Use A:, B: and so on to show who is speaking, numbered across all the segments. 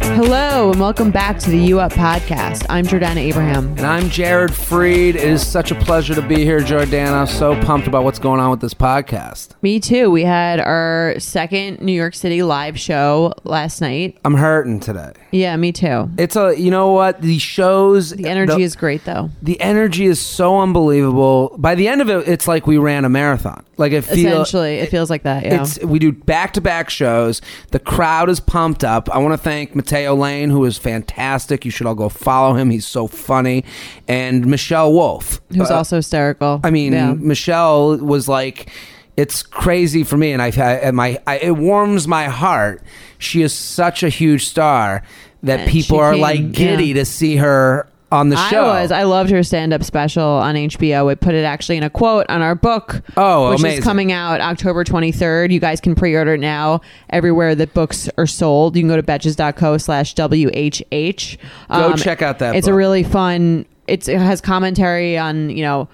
A: Hello and welcome back to the U Up podcast. I'm Jordana Abraham.
B: And I'm Jared Freed. It is such a pleasure to be here, Jordana. I'm so pumped about what's going on with this podcast.
A: Me too. We had our second New York City live show last night.
B: I'm hurting today.
A: Yeah, me too.
B: It's a, you know what? The shows.
A: The energy is great though.
B: The energy is so unbelievable. By the end of it, it's like we ran a marathon. Like it feels.
A: Essentially, it, feels like that. Yeah.
B: It's we do back to back shows. The crowd is pumped up. I want to thank Mateo Lane, who is fantastic. You should all go follow him. He's so funny. And Michelle Wolf,
A: Who's
B: Uh,
A: also hysterical.
B: I mean,
A: yeah.
B: Michelle was like, it's crazy for me, and I, I and my I, it warms my heart. She is such a huge star that
A: And
B: people
A: she
B: are
A: came,
B: like giddy
A: yeah.
B: to see her on the
A: I
B: show.
A: was. I loved her stand up special on HBO. We put it actually in a quote on our book.
B: Oh,
A: which
B: amazing.
A: is coming out October 23rd. You guys can pre order it now everywhere that books are sold. You can go to betches.co slash WHH.
B: Go check out that
A: Um, It's a
B: book.
A: really fun, it's, it has commentary on, you know,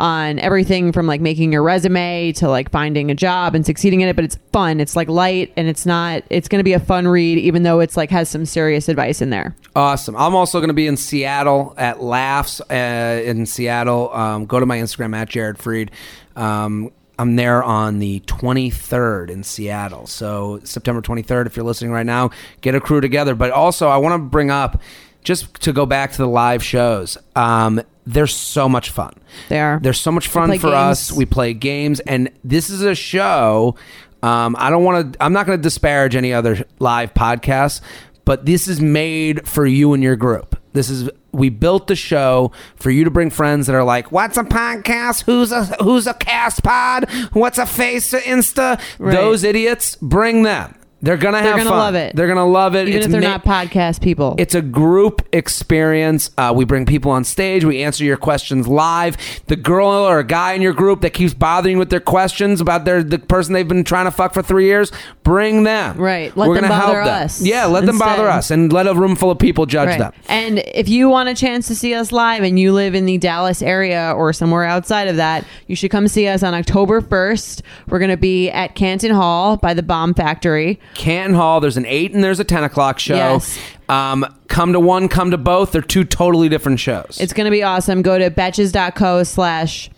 A: on everything from like making your resume to like finding a job and succeeding in it but it's fun it's like light and it's not it's going to be a fun read even though it's like has some serious advice in there
B: Awesome. I'm also going to be in Seattle at Laughs uh, in Seattle. Um, go to my Instagram at Jared Freed. Um, I'm there on the 23rd in Seattle. So September 23rd, if you're listening right now, get a crew together. But also, I want to bring up just to go back to the live shows. Um, they're so much fun.
A: They are.
B: They're so much fun
A: play
B: for us.
A: games.
B: We play games, and this is a show. Um, I don't want to. I'm not going to disparage any other live podcasts, but this is made for you and your group. This is we built the show for you to bring friends that are like, "What's a podcast? Who's a who's a cast pod? What's a face to Insta?"
A: Right.
B: Those idiots, bring them. They're gonna
A: They're
B: have
A: gonna
B: fun.
A: love it.
B: They're gonna love it.
A: even
B: It's
A: if they're
B: ma-
A: not podcast people
B: it's a group experience. Uh, we bring people on stage. We answer your questions live. The girl or a guy in your group that keeps bothering you with their questions about their the person they've been trying to fuck for three years, bring them.
A: Right. Let
B: We're
A: them
B: gonna help
A: bother
B: them.
A: us
B: Yeah, let them
A: instead.
B: bother us, and let a room full of people judge
A: Right.
B: them.
A: And if you want a chance to see us live and you live in the Dallas area or somewhere outside of that, you should come see us on October 1st. We're going to be at Canton Hall by the Bomb Factory.
B: Canton Hall. There's an eight and there's a ten o'clock show.
A: Yes.
B: Um, come to one, come to both. They're two totally different shows.
A: It's going to be awesome. Go to betches.co slash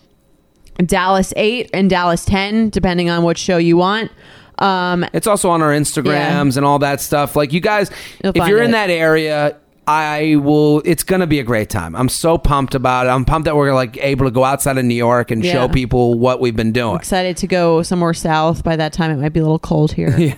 A: Dallas 8 and Dallas 10, depending on what show you want. Um,
B: It's also on our Instagrams and all that stuff. Like you guys,
A: You'll
B: if
A: find
B: you're
A: it.
B: in that area, I will. It's gonna be a great time. I'm so pumped about it. I'm pumped that we're like able to go outside of New York and
A: Yeah.
B: show people what we've been doing.
A: excited to go somewhere south by that time it might be a little cold here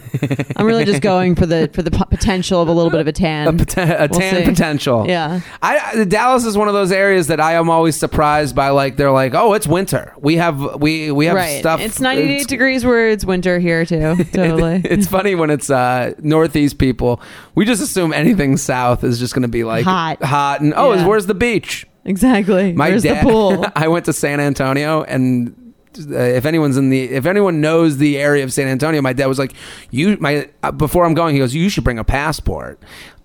A: i'm really just going for the for the po- potential of a little bit of a tan
B: A, poten- a
A: We'll
B: tan
A: see.
B: potential.
A: Yeah.
B: I I- Dallas is one of those areas that I am always surprised by. Like they're like, oh, it's winter. We have we we have
A: right.
B: stuff.
A: It's 98
B: it's-
A: degrees where it's winter here too. Totally.
B: It's funny when it's uh, Northeast people. We just assume anything South is just going to be like
A: Hot.
B: hot, and oh,
A: Yeah.
B: where's the beach?
A: exactly.
B: My
A: Where's
B: dad.
A: the pool?
B: I went to San Antonio, and uh, if anyone's in the, if anyone knows the area of San Antonio, my dad was like, "You, my uh, before I'm going, he goes, you should bring a passport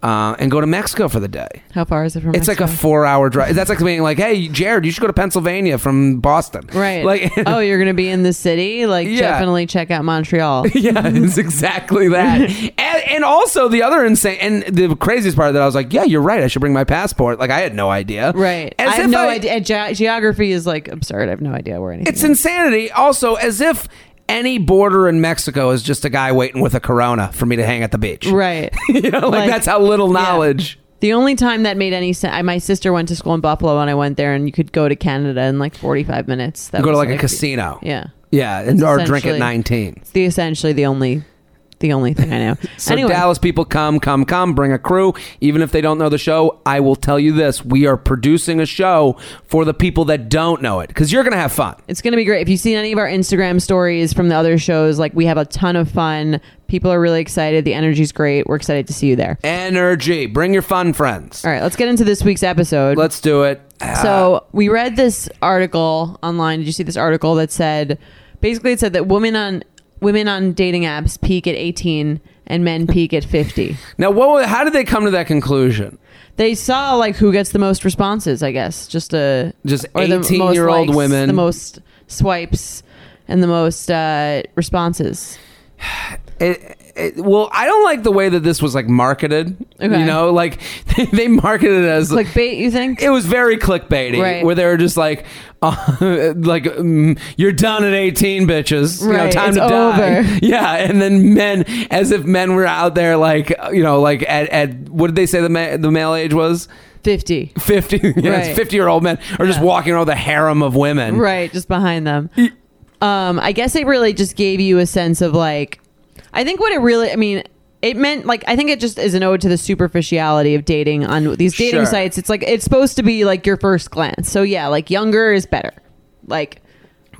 B: uh, and go to Mexico for the day."
A: How far is it from?
B: It's like a four-hour drive. That's like being like, "Hey, Jared, you should go to Pennsylvania from Boston."
A: right.
B: Like,
A: oh, you're gonna be in the city. Like
B: Yeah.
A: definitely check out Montreal.
B: yeah, it's exactly that. and, and also the other insane and the craziest part of that, I was like, "Yeah, you're right. I should bring my passport." Like, I had no idea.
A: Right.
B: As
A: I have
B: if
A: no idea. Ge- geography is like absurd. I have no idea where anything.
B: It's
A: is.
B: insanity. Also, as if any border in Mexico is just a guy waiting with a Corona for me to hang at the beach.
A: right.
B: You know, like,
A: Like,
B: that's how little knowledge.
A: The only time that made any sense, I, my sister went to school in Buffalo, and I went there, and you could go to Canada in like 45 minutes. That
B: Go to
A: was,
B: like a casino.
A: Yeah.
B: Yeah, and or drink at
A: Essentially.
B: nineteen.
A: It's the essentially the only the only thing I know.
B: So Dallas people come, come, come, bring a crew. Even if they don't know the show, I will tell you this. We are producing a show for the people that don't know it. Because you're gonna have fun.
A: It's going to be great. If you've seen any of our Instagram stories from the other shows, like we have a ton of fun. People are really excited. The energy's great. We're excited to see you there.
B: Energy. Bring your fun friends.
A: All right, let's get into this week's episode.
B: Let's do it.
A: so, we read this article online. Did you see this article that said basically it said that women on women on dating apps peak at 18 and men peak at 50.
B: Now what wa- how did they come to that conclusion?
A: They saw like who gets the most responses, I guess. Just a
B: Just
A: or the most
B: 18-year-old
A: likes,
B: women.
A: the most swipes and the most uh, responses.
B: It, it, well, I don't like the way that this was like marketed.
A: Okay.
B: You know, like they marketed it as
A: Clickbait, you think?
B: it was very clickbaity
A: Right.
B: where they were just like uh, like mm, you're done at 18 bitches you know
A: Right,
B: time
A: it's
B: to die
A: over.
B: yeah and then men as if men were out there like uh, you know like at, at what did they say the, ma- the male age was
A: 50.
B: 50 you know, it's
A: Right.
B: 50 year old men are just
A: Yeah.
B: walking around with a harem of women
A: Right, just behind them. Um, I guess it really just gave you a sense of like, I think what it really, I mean, it meant like, I think it just is an ode to the superficiality of dating on these dating
B: Sure.
A: sites. It's like, it's supposed to be like your first glance. So yeah, like younger is better. Like,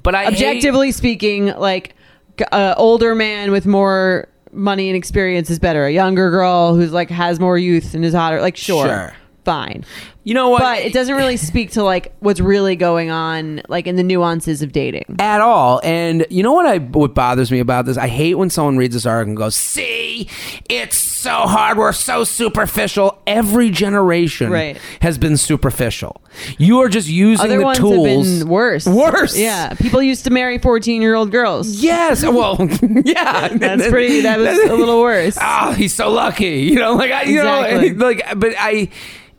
B: but i hate-
A: objectively speaking, like g- uh, older man with more money and experience is better. A younger girl who's like has more youth and is hotter. Like sure,
B: Sure.
A: fine.
B: you know what
A: But it doesn't really speak to like what's really going on, like in the nuances of dating.
B: at all. And you know what I what bothers me about this? I hate when someone reads this article and goes, "See, it's so hard. We're so superficial." Every generation
A: Right.
B: has been superficial. You are just using
A: Other
B: the
A: ones
B: tools.
A: have been worse.
B: Worse.
A: Yeah. People used to marry fourteen-year-old girls.
B: Yes. Well, yeah.
A: That's pretty. That was a little worse.
B: oh, he's so lucky. You know, like I, you
A: Exactly.
B: know, like but I.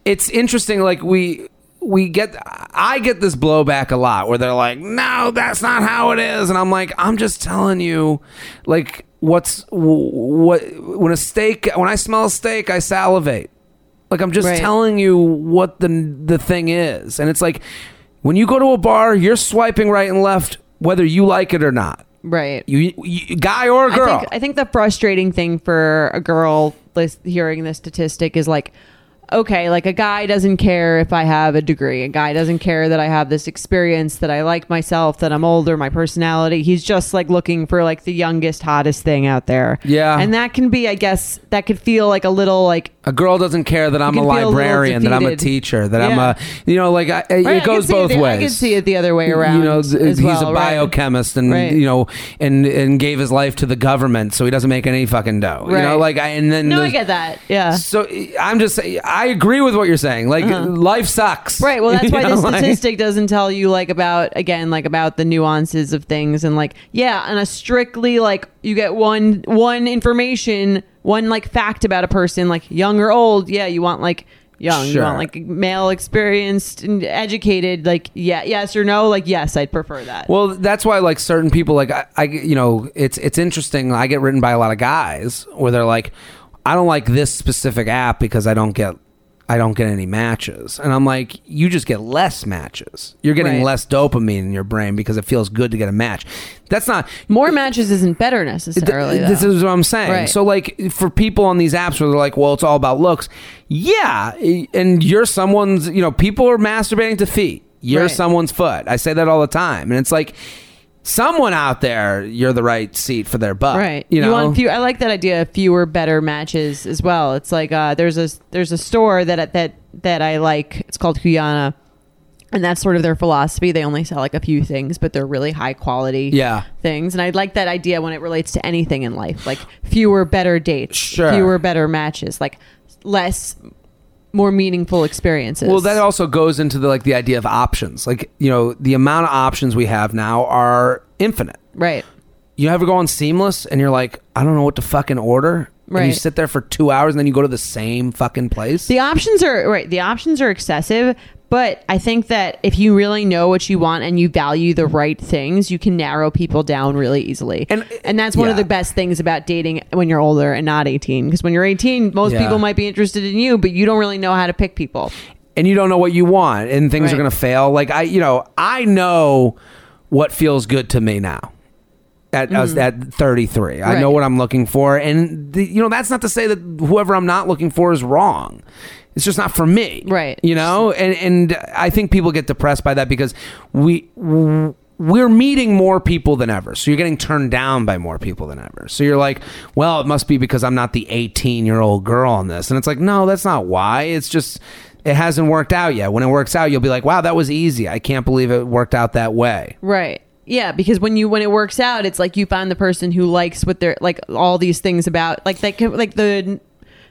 B: It's interesting. Like we we get I get this blowback a lot where they're like, no, that's not how it is, and I'm like, I'm just telling you, like what's what when a steak when I smell a steak I salivate. Like I'm just
A: Right.
B: telling you what the the thing is, and it's like when you go to a bar, you're swiping right and left whether you like it or not.
A: Right.
B: You, you guy or girl?
A: I think, I think the frustrating thing for a girl lis- hearing this statistic is like, okay, like a guy doesn't care if I have a degree. A guy doesn't care that I have this experience, that I like myself, that I'm older, my personality. He's just like looking for like the youngest, hottest thing out there.
B: Yeah.
A: And that can be, I guess, that could feel like a little like,
B: A girl doesn't care that I'm a
A: can feel a little
B: librarian, that I'm a
A: defeated.
B: teacher, that I'm
A: Yeah.
B: a, you know, like I,
A: Right, I
B: it
A: can
B: goes
A: see
B: both
A: the-
B: ways.
A: I can see it the other way around.
B: You know, th-
A: as
B: he's
A: well,
B: a
A: right?
B: biochemist, and
A: Right.
B: you know, and and gave his life to the government, so he doesn't make any fucking dough. You know,
A: Right.
B: like I, and then
A: No, I
B: there's-
A: get that. Yeah.
B: So I'm just, saying- I agree with what you're saying. Like life sucks.
A: Right. Well, that's
B: You
A: why
B: know,
A: the
B: like-
A: statistic doesn't tell you like about again like about the nuances of things and like yeah, on a strictly like you get one one information, one like fact about a person like young or old. Yeah, you want like young, you
B: Sure.
A: want like male, experienced, and educated. Like yeah, yes or no. Like yes, I'd prefer that.
B: Well, that's why like certain people like I, I you know it's it's interesting. I get written by a lot of guys where they're like, I don't like this specific app because I don't get I don't get any matches, and I'm like, you just get less matches. You're getting
A: Right.
B: less dopamine in your brain because it feels good to get a match. That's not
A: More matches isn't better
B: Th-
A: necessarily.
B: This
A: though.
B: is what I'm saying.
A: Right.
B: So, like, for people on these apps where they're like, well, it's all about looks. Yeah. And you're someone's, you know, people are masturbating to feet. You're
A: Right.
B: someone's foot. I say that all the time. And it's like, someone out there, you're the right seat for their butt.
A: Right.
B: Uh, You know,
A: want few, I like that idea of fewer better matches as well. It's like uh, there's a there's a store that that that I like. It's called Huyana. And that's sort of their philosophy. They only sell like a few things, but they're really high quality
B: Yeah.
A: things. And I like that idea when it relates to anything in life. Like fewer better dates,
B: Sure.
A: fewer better matches, like less more meaningful experiences.
B: Well, that also goes into the like the idea of options. Like, you know, the amount of options we have now are infinite.
A: right.
B: you ever go on seamless and you're like i don't know what to fucking order and you
A: Right.
B: sit there for two hours and then you go to the same fucking place
A: The options are right. The options are excessive, but I think that if you really know what you want and you value the right things, you can narrow people down really easily.
B: And-
A: and that's one of
B: yeah.
A: the best things about dating when you're older and not 18. Because when you're 18, most
B: Yeah.
A: people might be interested in you, but you don't really know how to pick people.
B: and you don't know what you want and things are
A: Right.
B: going to fail like i you know i know what feels good to me now at us at 33. I
A: Mm-hmm. Right.
B: know what I'm looking for, and the, you know that's not to say that whoever I'm not looking for is wrong. It's just not for me,
A: Right.
B: You know, and and I think people get depressed by that because we. We're meeting more people than ever. So you're getting turned down by more people than ever. So you're like, well, it must be because I'm not the 18 year old girl on this. And it's like, no, that's not why. It's just, it hasn't worked out yet. When it works out, you'll be like, wow, that was easy. I can't believe it worked out that way.
A: Right. Yeah, because when you when it works out, it's like you find the person who likes what they're like all these things about like that can- like the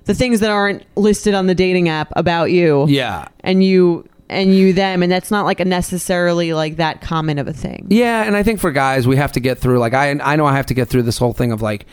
A: the things that aren't listed on the dating app about you.
B: Yeah.
A: And you and you them and that's not like a necessarily like that common of a thing.
B: Yeah, and I think for guys, we have to get through. Like, I I know I have to get through this whole thing of like,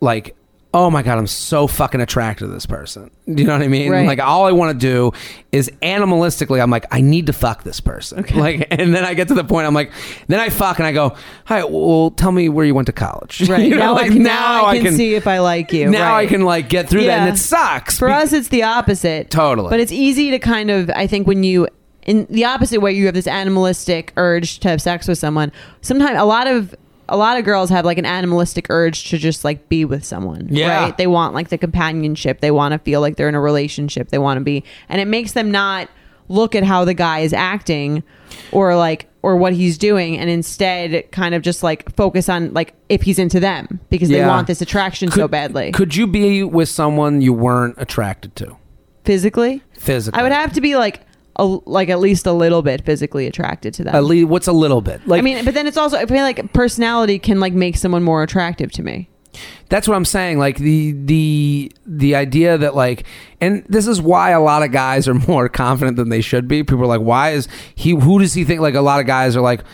B: like, oh my god, I'm so fucking attracted to this person. Do you know what I mean?
A: Right.
B: Like, all I want to do is animalistically, I'm like, I need to fuck this person. Like, and then I get to the point, I'm like, then I fuck, and I go, hi, well, tell me where you went to college.
A: Right.
B: You know,
A: now,
B: like,
A: I can, now, I can, see if I like you.
B: Now
A: Right.
B: I can like get through that, and
A: Yeah.
B: it sucks
A: For
B: be-
A: us, it's the opposite.
B: Totally.
A: But it's easy to kind of, I think, when you, in the opposite way, you have this animalistic urge to have sex with someone. Sometimes a lot of, a lot of girls have like an animalistic urge to just like be with someone.
B: Yeah.
A: Right. They want like the companionship. They want to feel like they're in a relationship. They want to be, and it makes them not look at how the guy is acting or like, or what he's doing and instead kind of just like focus on like if he's into them because they
B: Yeah.
A: want this attraction so badly.
B: Could you be with someone you weren't attracted to
A: Physically?
B: physically?
A: I would have to be like a, like at least a little bit physically attracted to them.
B: At least, what's a little bit? Like,
A: I mean, but then it's also I feel like personality can like make someone more attractive to me.
B: that's what I'm saying. Like the the the idea that like, and this is why a lot of guys are more confident than they should be. People are like, why is he? Who does he think? Like a lot of guys are like,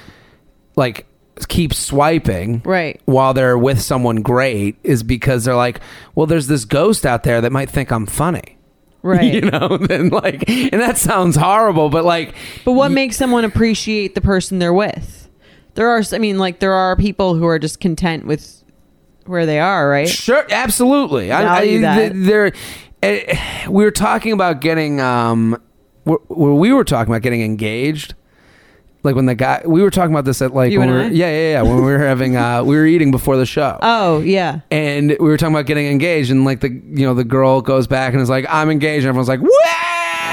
B: like keep swiping
A: Right.
B: while they're with someone great is because they're like, well, there's this ghost out there that might think I'm funny.
A: Right.
B: You know, and like, and that sounds horrible, but like,
A: But what makes someone appreciate the person they're with? There are I mean like there are people who are just content with where they are, right?
B: Sure, absolutely.
A: Value that.
B: there, eh, we were talking about getting. Um, wh- wh- we were talking about getting engaged. Like when the guy, we were talking about this at like
A: You
B: when
A: and
B: we were,
A: I?
B: yeah, yeah, yeah. When we were having, uh, we were eating before the show,
A: Oh, yeah.
B: and we were talking about getting engaged, and like the you know the girl goes back and is like, "I'm engaged," and everyone's like, "Woo!"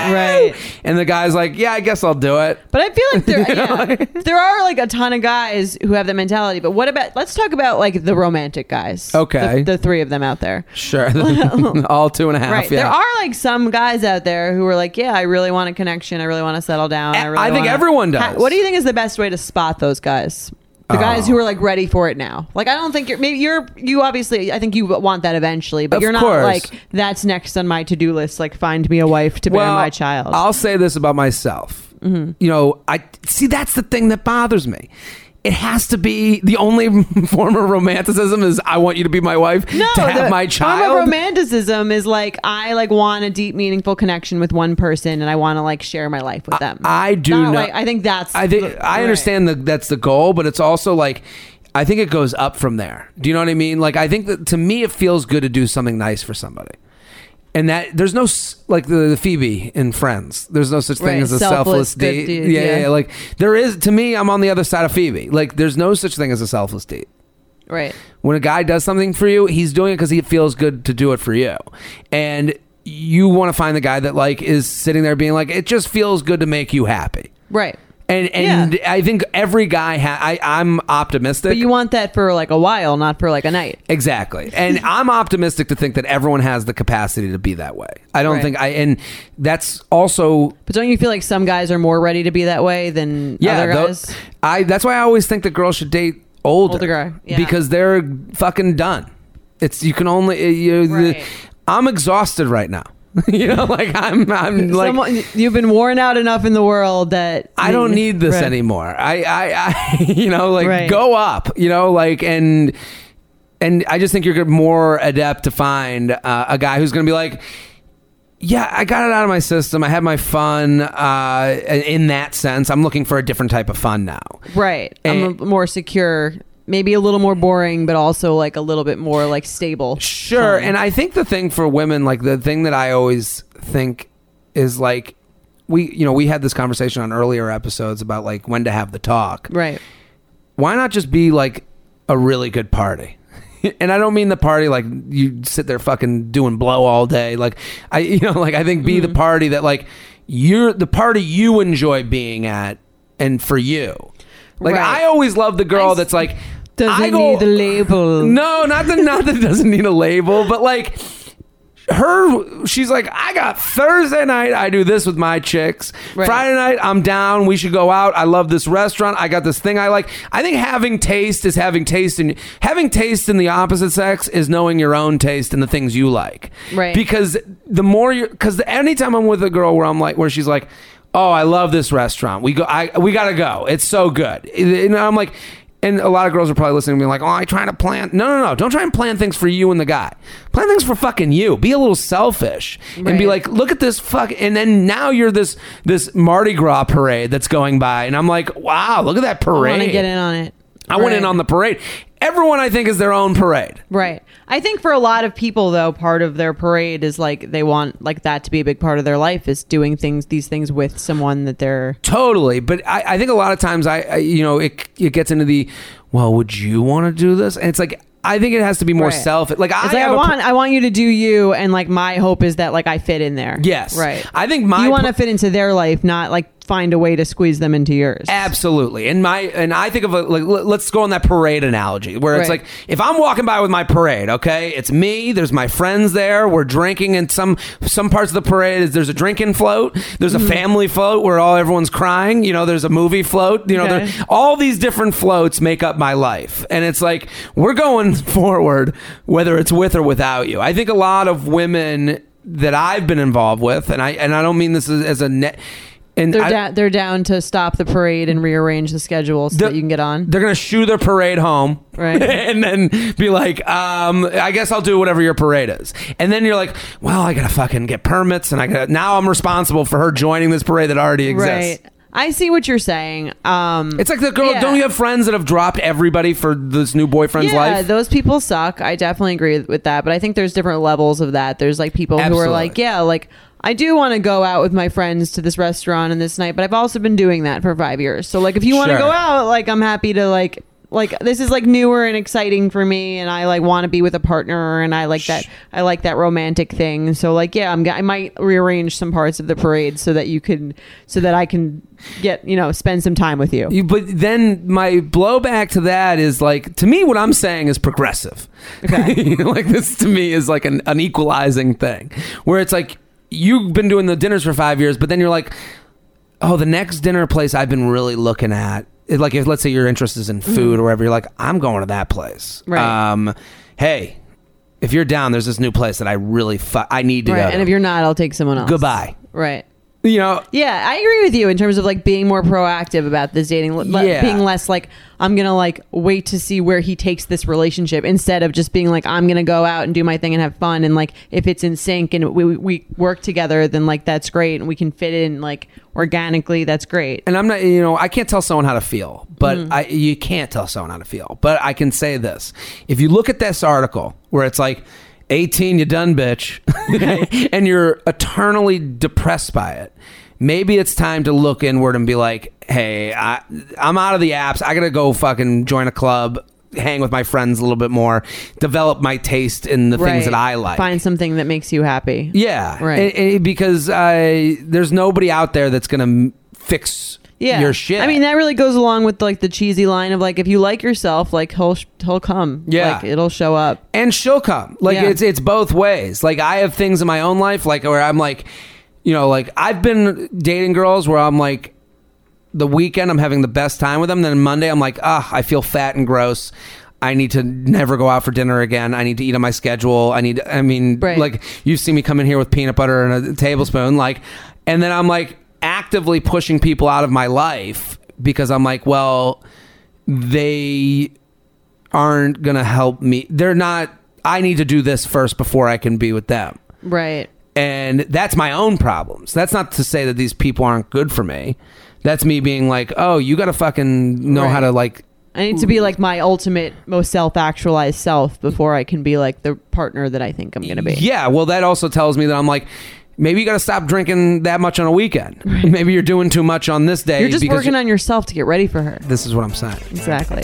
A: Right.
B: And the guy's like, "Yeah, I guess I'll do it."
A: But I feel like there, yeah, there are like a ton of guys who have that mentality. But what about let's talk about like the romantic guys?
B: Okay.
A: the, the three of them out there.
B: Sure, all two and a half.
A: Right.
B: Yeah.
A: There are like some guys out there who are like, yeah, I really want a connection. I really want to settle down. I,
B: I-
A: really
B: I think
A: wanna-
B: everyone does. Uh-huh.
A: Ha- What do you think is the best way to spot those guys? The guys who are like ready for it now. Like I don't think you're maybe you're you obviously I think you want that eventually, but
B: Of
A: you're not
B: course.
A: like that's next on my to do list. Like find me a wife to bear my child. Mm-hmm.
B: I'll say this about myself. You know, I see that's the thing that bothers me. It has to be the only form of romanticism is I want you to be my wife to have
A: the
B: my
A: form of
B: child.
A: romanticism is like I like want a deep, meaningful connection with one person, and I want to like share my life with them.
B: I do
A: Not
B: not-
A: like- I think that's.
B: I think
A: the-
B: I
A: right.
B: understand that that's the goal, but it's also like I think it goes up from there. Do you know what I mean? Like I think that to me it feels good to do something nice for somebody. And that there's no s- like the, the Phoebe in Friends. There's no such thing
A: Right,
B: as a selfless,
A: selfless good
B: date.
A: dude,
B: yeah, yeah,
A: yeah.
B: yeah, like there is to me. I'm on the other side of Phoebe. Like there's no such thing as a selfless date.
A: Right.
B: When a guy does something for you, he's doing it because he feels good to do it for you. And you want to find the guy that like is sitting there being like, it just feels good to make you happy.
A: Right.
B: And and I think every guy ha- I I'm optimistic.
A: But you want that for like a while, not for like a night.
B: Exactly. And I'm optimistic to think that everyone has the capacity to be that way. I don't
A: Right.
B: think I and that's also
A: But don't you feel like some guys are more ready to be that way than
B: yeah,
A: other
B: uh, tho-
A: guys?
B: I that's why I always think that girls should date older,
A: Older guy, yeah.
B: because they're fucking done. It's you can only uh, you
A: Right.
B: I'm exhausted right now. you know, like I'm I'm like
A: Someone, you've been worn out enough in the world that
B: I don't need this
A: Right.
B: anymore. I, I, I, you know, like
A: Right.
B: go up, you know, like and and I just think you're more adept to find uh, a guy who's going to be like, yeah, I got it out of my system. I had my fun. Uh, in that sense, I'm looking for a different type of fun now.
A: Right. I'm
B: And-
A: a, more secure, maybe a little more boring, but also like a little bit more like stable.
B: Sure. And I think the thing for women, like the thing that I always think is like, we, you know, we had this conversation on earlier episodes about like when to have the talk.
A: Right.
B: why not just be like a really good party. And I don't mean the party like you sit there fucking doing blow all day. Like I you know, like I think be the
A: Mm-hmm.
B: party that like you're the party you enjoy being at and for you. Like
A: Right.
B: I always love the girl
A: I s-
B: that's like
A: Doesn't
B: I go,
A: need a label.
B: No, not that not that it doesn't need a label, but like her she's like i got thursday night i do this with my chicks
A: Right.
B: friday night i'm down we should go out i love this restaurant i got this thing i like i think having taste is having taste in having taste in the opposite sex is knowing your own taste and the things you like
A: Right.
B: because the more you because anytime i'm with a girl where i'm like where she's like oh i love this restaurant we go i we gotta go it's so good and i'm like and a lot of girls are probably listening to me like, oh, I try to plan. No, no, no. Don't try and plan things for you and the guy. Plan things for fucking you. Be a little selfish and be
A: Right.
B: like, look at this fuck. And then now you're this this Mardi Gras parade that's going by. And I'm like, wow, look at that
A: I
B: parade.
A: want to get in on it.
B: I went in
A: Right.
B: on the parade. Everyone, I think, is their own parade.
A: Right. I think for a lot of people though, part of their parade is like they want like that to be a big part of their life is doing things these things with someone that they're
B: Totally, but I, I think a lot of times I, I you know it it gets into the well, would you want to do this? And it's like I think it has to be more
A: Right.
B: self. Like I,
A: It's like
B: have
A: I
B: a pr-
A: want I want you to do you and like my hope is that like I fit in there.
B: Yes.
A: Right.
B: I think my
A: You want
B: pa-
A: to fit into their life, not like find a way to squeeze them into yours.
B: Absolutely, and my and I think of a, like let- let's go on that parade analogy where it's
A: Right.
B: like if I'm walking by with my parade, okay, it's me. There's my friends there. We're drinking, and some some parts of the parade is there's a drinking float, there's a
A: Mm-hmm.
B: family float where all everyone's crying. You know, there's a movie float. You know,
A: Okay.
B: there, all these different floats make up my life, and it's like we're going forward whether it's with or without you. I think a lot of women that I've been involved with, and I and I don't mean this as, as a net. And
A: They're
B: I-
A: down they're down to stop the parade and rearrange the schedule so
B: The-
A: that you can get on.
B: They're gonna shoe their parade home,
A: Right.
B: and then be like, um, "I guess I'll do whatever your parade is." And then you're like, "Well, I gotta fucking get permits, and I gotta now I'm responsible for her joining this parade that already exists."
A: Right. I see what you're saying. Um
B: It's like the girl.
A: Yeah.
B: Don't you have friends that have dropped everybody for this new boyfriend's
A: yeah,
B: life?
A: those people suck. I definitely agree with that, but I think there's different levels of that. There's like people who
B: Absolutely.
A: are like, yeah, like I do want to go out with my friends to this restaurant and this night, but I've also been doing that for 5 years. So like if you want to
B: Sure.
A: go out, like I'm happy to like like this is like newer and exciting for me and I like want to be with a partner and I like that I like that romantic thing. So like yeah, I'm g- I might rearrange some parts of the parade so that you can so that I can get, you know, spend some time with you.
B: You- but then my blowback to that is like to me what I'm saying is progressive.
A: Okay.
B: like this to me is like an, an equalizing thing where it's like you've been doing the dinners for five years, but then you're like, oh, the next dinner place I've been really looking at. it- Like if let's say your interest is in food or wherever, you're like, I'm going to that place.
A: Mm-hmm. Right.
B: Um, hey, if you're down, there's this new place that I really fu- I need to
A: Right.
B: go.
A: And if you're not, I'll take someone else.
B: goodbye,
A: Right.
B: you know,
A: Yeah, I agree with you in terms of like being more proactive about this dating, le-
B: Yeah.
A: being less like I'm gonna like wait to see where he takes this relationship instead of just being like I'm gonna go out and do my thing and have fun and like if it's in sync and we we- we work together then like that's great and we can fit in like organically that's great.
B: and I'm not, you know, I can't tell someone how to feel, but
A: Mm.
B: I, you can't tell someone how to feel. But I can say this: if you look at this article where it's like, "18, you done, bitch," and you're eternally depressed by it, maybe it's time to look inward and be like, "Hey, I, I'm out of the apps. I gotta go fucking join a club." Hang with my friends a little bit more, develop my taste in the things
A: Right.
B: that I like.
A: Find something that makes you happy.
B: Yeah,
A: Right.
B: Eh, eh, because I, there's nobody out there that's gonna m- fix
A: Yeah.
B: your shit.
A: I mean, that really goes along with like the cheesy line of like if you like yourself, like he'll sh- he'll come.
B: Yeah.
A: Like it'll show up.
B: and she'll come. Like
A: Yeah.
B: it's it's both ways. Like I have things in my own life, like where I'm like, you know, like I've been dating girls where I'm like, the weekend I'm having the best time with them. Then Monday I'm like, ah, I feel fat and gross. I need to never go out for dinner again. I need to eat on my schedule. I need. I mean,
A: Right.
B: like you see me come in here with peanut butter and a tablespoon, like, and then I'm like actively pushing people out of my life because I'm like, well, they aren't going to help me. They're not, I need to do this first before I can be with them.
A: Right.
B: And that's my own problems. That's not to say that these people aren't good for me. That's me being like, oh, you got to fucking know how
A: Right.
B: to like,
A: I need to be like my ultimate, most self-actualized self before I can be like the partner that I think I'm going to be.
B: yeah, well, that also tells me that I'm like, maybe you got to stop drinking that much on a weekend. Maybe you're doing too much on this day.
A: You're just
B: because
A: working on yourself to get ready for her.
B: This is what I'm saying.
A: Exactly.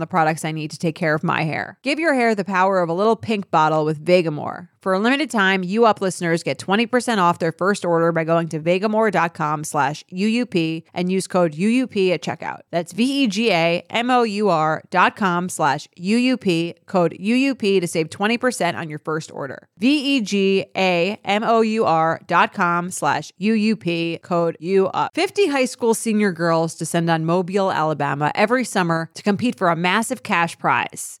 C: the products I need to take care of my hair. Give your hair the power of a little pink bottle with Vegamore. For a limited time, you up listeners get 20% off their first order by going to vegamore.com slash UUP and use code UUP at checkout. That's E V-E-G-A-M-O-U-R dot com slash UUP, code UUP to save 20% on your first order. E V-E-G-A-M-O-U-R dot com slash UUP, code UUP. 50 high school senior girls descend on Mobile, Alabama every summer to compete for a massive cash prize.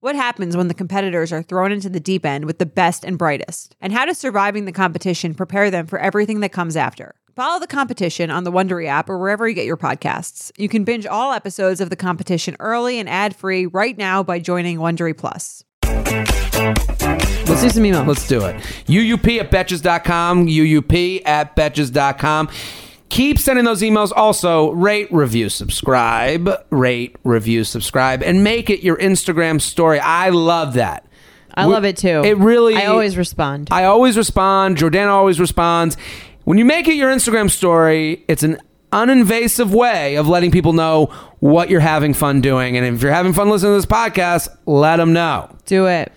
C: What happens when the competitors are thrown into the deep end with the best and brightest? And how does surviving the competition prepare them for everything that comes after? Follow the competition on the Wondery app or wherever you get your podcasts. You can binge all episodes of the competition early and ad free right now by joining Wondery Plus.
A: Let's do some email.
B: Let's do it. UUP at betches.com. UUP at betches.com. Keep sending those emails. Also, rate, review, subscribe. Rate, review, subscribe. And make it your Instagram story. I love that.
A: I
B: We-
A: love it too.
B: It really.
A: I always respond.
B: I always respond. Jordana always responds. When you make it your Instagram story, it's an uninvasive way of letting people know what you're having fun doing. And if you're having fun listening to this podcast, let them know.
A: do it.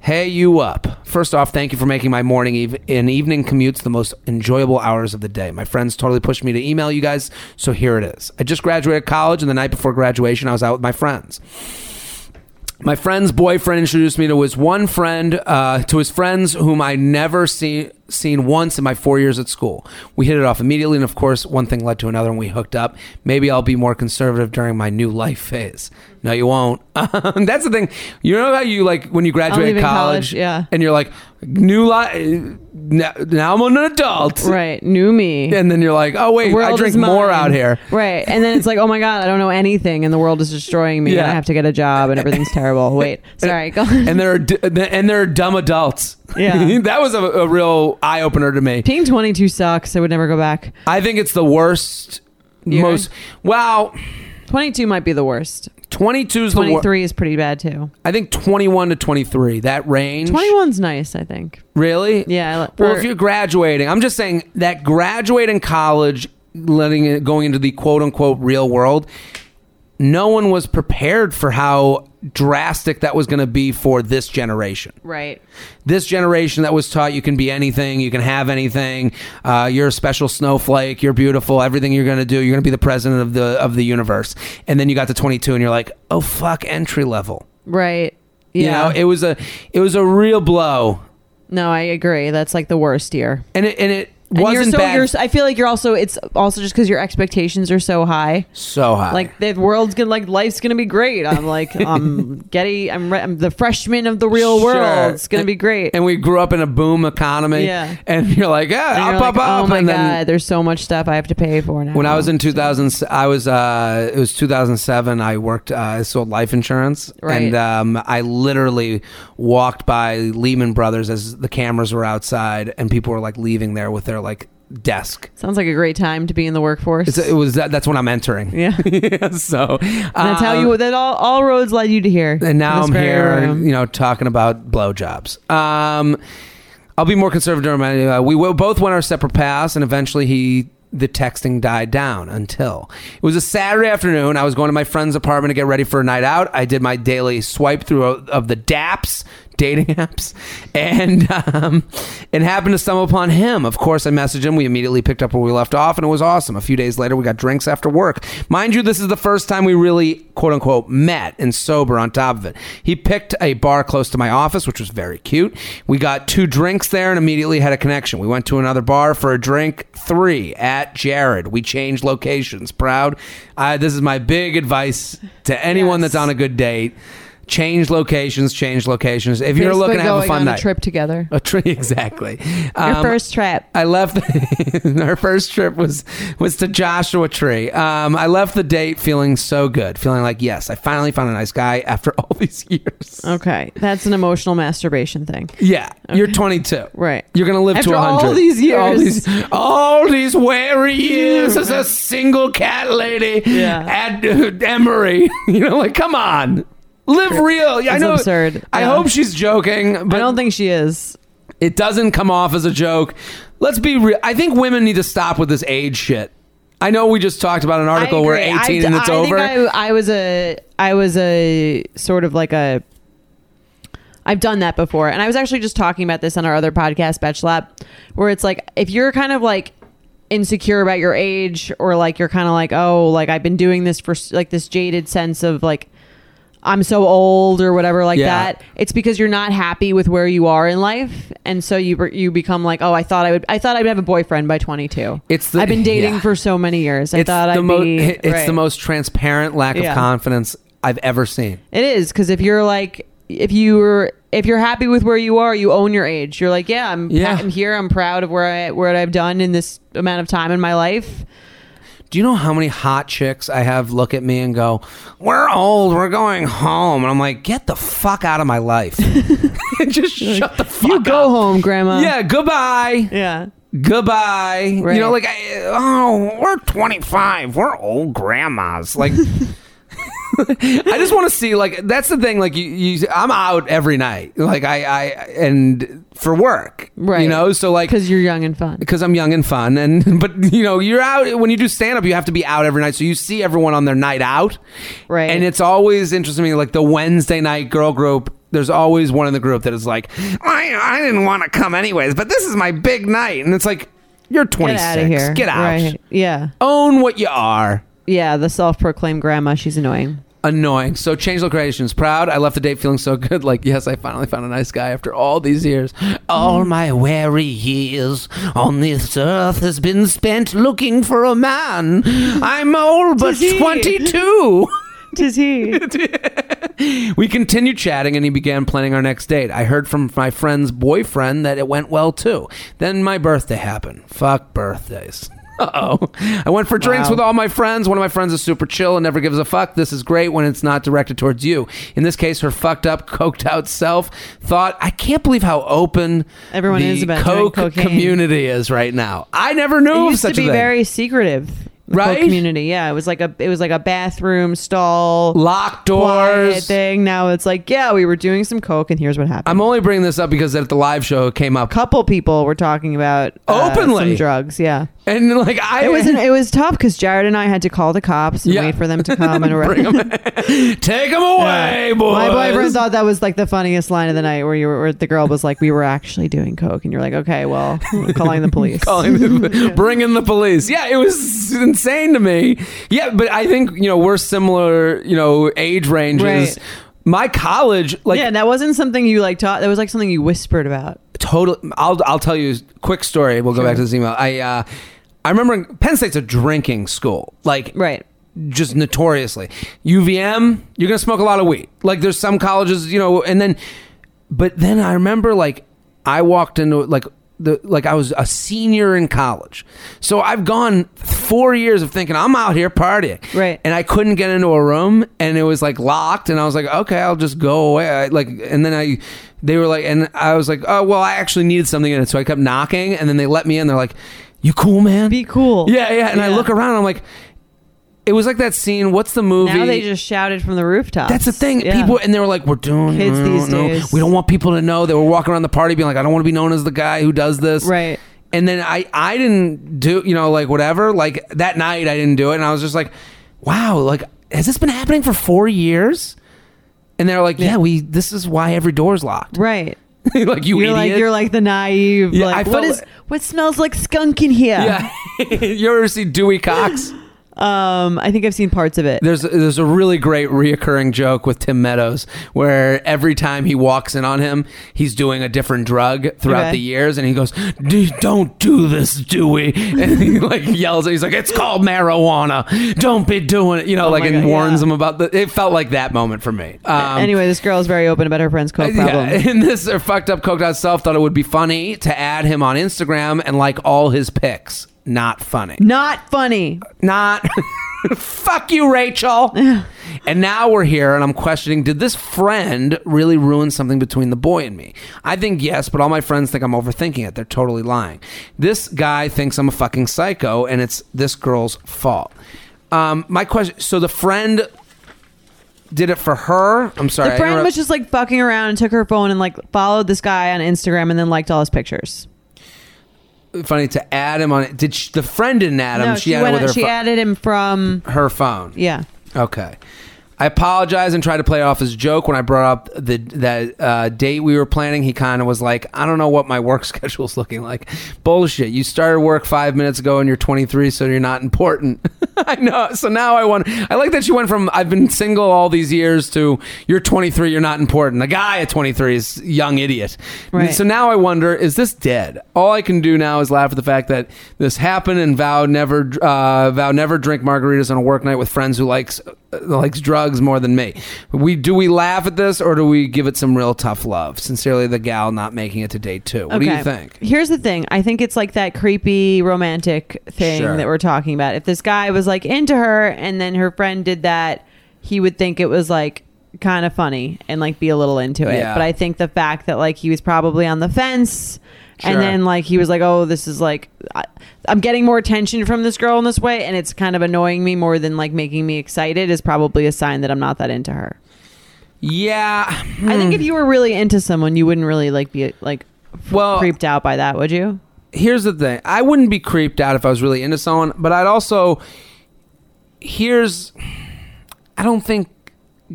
B: Hey, you up. First off, thank you for making my morning eve- and evening commutes the most enjoyable hours of the day. My friends totally pushed me to email you guys, so here it is. I just graduated college, and the night before graduation, I was out with my friends. My friend's boyfriend introduced me to his one friend, uh, to his friends whom I never see, seen once in my four years at school. We hit it off immediately, and of course, one thing led to another, and we hooked up. Maybe I'll be more conservative during my new life phase. No, you won't. That's the thing. You know how you like when you graduate
A: leaving
B: college,
A: college, yeah.
B: and you're like, new life. Now, now I'm an adult,
A: Right. New me.
B: and then you're like, oh wait, I
A: World
B: drink
A: is mine.
B: more out here.
A: Right. And then it's like, oh my God, I don't know anything and the world is destroying me and
B: Yeah.
A: I have to get a job and everything's terrible. Wait. Sorry. Go on.
B: and there are d- and there are dumb adults.
A: Yeah.
B: that was a, a real eye opener to me.
A: Being 22 sucks. I would never go back.
B: I think it's the worst.
A: Year?
B: Most wow,
A: 22 might be the worst.
B: twenty two is the worst.
A: 23 is pretty bad too.
B: I think twenty one to twenty three that range.
A: 21's nice, I think.
B: really?
A: Yeah. I li-
B: Well,
A: for-
B: if you're graduating, I'm just saying that graduating college, letting it going into the quote unquote real world, no one was prepared for how drastic that was going to be for this generation.
A: right.
B: this generation that was taught you can be anything, you can have anything. Uh, you're a special snowflake. You're beautiful. Everything you're going to do, you're going to be the president of the of the universe. And then you got to 22, and you're like, oh fuck, entry level.
A: Right.
B: You
A: Yeah.
B: know, it was a it was a real blow,
A: no, I agree. That's like the worst year.
B: and it and it
A: And
B: wasn't
A: you're so,
B: bad.
A: You're, I feel like you're also, it's also just because your expectations are so high.
B: so high.
A: like the world's gonna like life's gonna be great i'm like i'm getty i'm, re- I'm the freshman of the real
B: Sure.
A: world it's gonna be great
B: and we grew up in a boom economy.
A: Yeah.
B: and you're like, yeah,
A: And
B: up,
A: you're
B: up,
A: like,
B: up.
A: oh my
B: and then,
A: god there's so much stuff i have to pay for now
B: When I was in
A: Mm-hmm.
B: 2000, I was uh, it was 2007. I worked, uh, I sold life insurance,
A: Right.
B: and um, I literally walked by Lehman Brothers as the cameras were outside, and people were like leaving there with their like desk.
A: sounds like a great time to be in the workforce
B: It's, it was that, that's when I'm entering.
A: yeah
B: so
A: that's how
B: um,
A: you that all, all roads led you to here
B: and now
A: This
B: I'm
A: very
B: here,
A: room.
B: you know, talking about blowjobs. Um, I'll be more conservative. on my- Uh, we will both went our separate paths, and eventually he. The texting died down until it was a Saturday afternoon. I was going to my friend's apartment to get ready for a night out. I did my daily swipe through of of the DApps, dating apps, and um, and happened to stumble upon him. Of course, I messaged him. We immediately picked up where we left off, and it was awesome. A few days later, we got drinks after work. Mind you, this is the first time we really quote unquote met and sober on top of it. He picked a bar close to my office, which was very cute. We got two drinks there and immediately had a connection. We went to another bar for a drink, three at Jared. We changed locations. Proud. I, this is my big advice to anyone that's on a good date. Change locations, change locations. If you're
A: Basically
B: looking to have a
A: going
B: fun
A: on
B: night,
A: a trip together.
B: a tree, exactly.
A: Your
B: Um,
A: first trip.
B: I left. our first trip was was to Joshua Tree. Um, I left the date feeling so good, feeling like yes, I finally found a nice guy after all these years.
A: Okay, that's an emotional masturbation thing.
B: Yeah, you're 22.
A: Right.
B: You're gonna live
A: After
B: to 100.
A: all these years.
B: all these, all these weary years as a single cat lady
A: Yeah.
B: at uh, Emory. You know, like come on, live real. Yeah, I
A: It's
B: know.
A: absurd.
B: I
A: Yeah.
B: hope she's joking, but
A: I don't think she is.
B: it doesn't come off as a joke. Let's be real. I think women need to stop with this age shit. I know we just talked about an article where 18 and it's
A: I
B: over.
A: Think I, I was a, I was a sort of like a. I've done that before, and I was actually just talking about this on our other podcast, Betch Lab, where it's like if you're kind of like insecure about your age, or like you're kind of like, oh, like I've been doing this for s- like this jaded sense of like I'm so old or whatever like
B: Yeah.
A: that. It's because you're not happy with where you are in life, and so you be- you become like, oh, I thought I would, I thought I'd have a boyfriend by 22.
B: It's the-
A: I've been dating
B: yeah.
A: for so many years. I
B: it's
A: thought
B: the
A: I'd
B: mo-
A: be.
B: it's
A: right.
B: the most transparent lack
A: Yeah.
B: of confidence I've ever seen.
A: It is because if you're like, if you're if you're happy with where you are, you own your age. You're like, yeah, I'm
B: Yeah.
A: I'm here. I'm proud of where I where I've done in this amount of time in my life.
B: Do you know how many hot chicks I have look at me and go, "We're old. We're going home." And I'm like, "Get the fuck out of my life." just shut the fuck
A: you
B: up.
A: go home, Grandma.
B: Yeah, goodbye.
A: yeah.
B: goodbye.
A: Right.
B: You know, like, I, oh, we're 25. We're old grandmas. Like, I just want to see, like, that's the thing. Like, you, you, I'm out every night. Like, I, I, and for work.
A: Right.
B: You know, so like,
A: Because you're young and fun.
B: because I'm young and fun, and but you know you're out when you do stand up, you have to be out every night, so you see everyone on their night out,
A: Right.
B: And it's always interesting to me, like the Wednesday night girl group. There's always one in the group that is like, I, I didn't want to come anyways, but this is my big night, and it's like you're 26,
A: Get out of here.
B: Get out.
A: Right. Yeah.
B: own what you are.
A: Yeah. The self-proclaimed grandma. She's annoying.
B: Annoying. So change locations. Proud. I left the date feeling so good. Like yes, I finally found a nice guy after all these years. All my weary years on this earth has been spent looking for a man. I'm old but
A: Tis he.
B: 22.
A: Tis he.
B: We continued chatting and he began planning our next date. I heard from my friend's boyfriend that it went well too. Then my birthday happened. Fuck birthdays. Uh oh. I went for drinks
A: Wow.
B: with all my friends. One of my friends is super chill and never gives a fuck. This is great when it's not directed towards you. In this case, her fucked up, coked out self thought, I can't believe how open
A: Everyone
B: the
A: is about doing
B: coke
A: cocaine."
B: community is right now. I never knew
A: it
B: of
A: used
B: such
A: to be
B: a thing.
A: very secretive. the
B: Right?
A: whole community, yeah. It was like a it was like a bathroom stall,
B: Locked
A: quiet
B: doors.
A: thing. Now it's like, yeah, we were doing some coke, and here's what happened.
B: I'm only bringing this up because at the live show it came up.
A: couple people were talking about uh,
B: Openly.
A: some drugs. Yeah,
B: And like I
A: it was it was tough because Jared and I had to call the cops and
B: Yeah.
A: wait for them to come and arrest.
B: Bring 'em- Take them away, boys.
A: My boyfriend thought that was like the funniest line of the night, where you were, where the girl was like, "We were actually doing coke," and you're like, "Okay, well, I'm calling the police."
B: Calling the- Bring in the police. Yeah, it was insane to me. Yeah, but I think you know we're similar. You know, age ranges.
A: Right.
B: My college, like
A: yeah, and that wasn't something you like taught. That was like something you whispered about.
B: total I'll I'll tell you a quick story. We'll go back to this email. I uh I remember Penn State's a drinking school. Like
A: Right.
B: just notoriously. UVM, you're gonna smoke a lot of weed. Like there's some colleges, you know, and then but then I remember like I walked into like the like I was a senior in college. So I've gone four years of thinking I'm out here partying.
A: Right.
B: And I couldn't get into a room and it was like locked and I was like, okay, I'll just go away. I, like and then I they were like and I was like, oh well I actually needed something in it. So I kept knocking and then they let me in. They're like, You cool man?
A: Be cool.
B: Yeah, yeah. And I
A: Yeah.
B: look around, I'm like, It was like that scene. What's the movie?
A: Now they just shouted from the rooftops.
B: That's the thing.
A: Yeah.
B: People and they were like, "We're doing
A: Kids these
B: no,
A: days.
B: We don't want people to know." They were walking around the party, being like, "I don't want to be known as the guy who does this."
A: Right.
B: And then I, I didn't do, you know, like whatever. Like that night, I didn't do it, and I was just like, "Wow, like has this been happening for four years?" And they're like, "Yeah, we. This is why every door's locked."
A: right.
B: like you
A: You're
B: idiot.
A: like you're like the naive.
B: Yeah,
A: like
B: I
A: what
B: felt-
A: is what smells like skunk in here?
B: yeah. you ever see Dewey Cox?
A: Um, I think I've seen parts of it.
B: There's there's a really great reoccurring joke with Tim Meadows where every time he walks in on him, he's doing a different drug throughout
A: Okay.
B: the years, and he goes, D- "Don't do this, Dewey," and he like yells, he's like, "It's called marijuana. Don't be doing it," you know, like
A: Oh my
B: and
A: God,
B: warns
A: yeah.
B: him about the. It felt like that moment for me. Um,
A: anyway, this girl is very open about her friend's coke problem.
B: yeah, and this uh, fucked up coked out self thought it would be funny to add him on Instagram and like all his pics. Not funny
A: Not funny.
B: not fuck you rachel and now we're here and i'm questioning did this friend really ruin something between the boy and me i think yes but all my friends think i'm overthinking it they're totally lying this guy thinks i'm a fucking psycho and it's this girl's fault um, my question so the friend did it for her i'm sorry
A: the
B: I
A: friend
B: interrupt-
A: was just like fucking around and took her phone and like followed this guy on Instagram and then liked all his pictures.
B: funny to add him on it did she, the friend didn't add him
A: no,
B: Um, she,
A: she,
B: added
A: went
B: with
A: on,
B: her,
A: she
B: pho-
A: added him from
B: her phone
A: yeah.
B: Okay. I apologize and tried to play it off as a joke when I brought up the that uh, date we were planning. He kind of was like, "I don't know what my work schedule's looking like." Bullshit! You started work five minutes ago and you're 23, so you're not important. I know. So now I want. I like that she went from "I've been single all these years" to "You're 23, you're not important." A guy at 23 is young idiot.
A: Right.
B: So now I wonder, is this dead? All I can do now is laugh at the fact that this happened and vow never uh, vow never drink margaritas on a work night with friends who likes uh, likes drugs more than me. We do we laugh at this or do we give it some real tough love? Sincerely, the gal not making it to day two. What do you think?
A: Here's the thing. I think it's like that creepy romantic thing
B: Sure.
A: that we're talking about. If this guy was like into her and then her friend did that, he would think it was like kind of funny and like be a little into it.
B: Yeah.
A: But I think the fact that like he was probably on the fence
B: Sure.
A: and then like he was like, oh, this is like, I, I'm getting more attention from this girl in this way and it's kind of annoying me more than like making me excited is probably a sign that I'm not that into her.
B: Yeah. hmm.
A: I think if you were really into someone, you wouldn't really like be like f-
B: Well-
A: creeped out by that, would you?
B: here's the thing i wouldn't be creeped out if i was really into someone but i'd also here's i don't think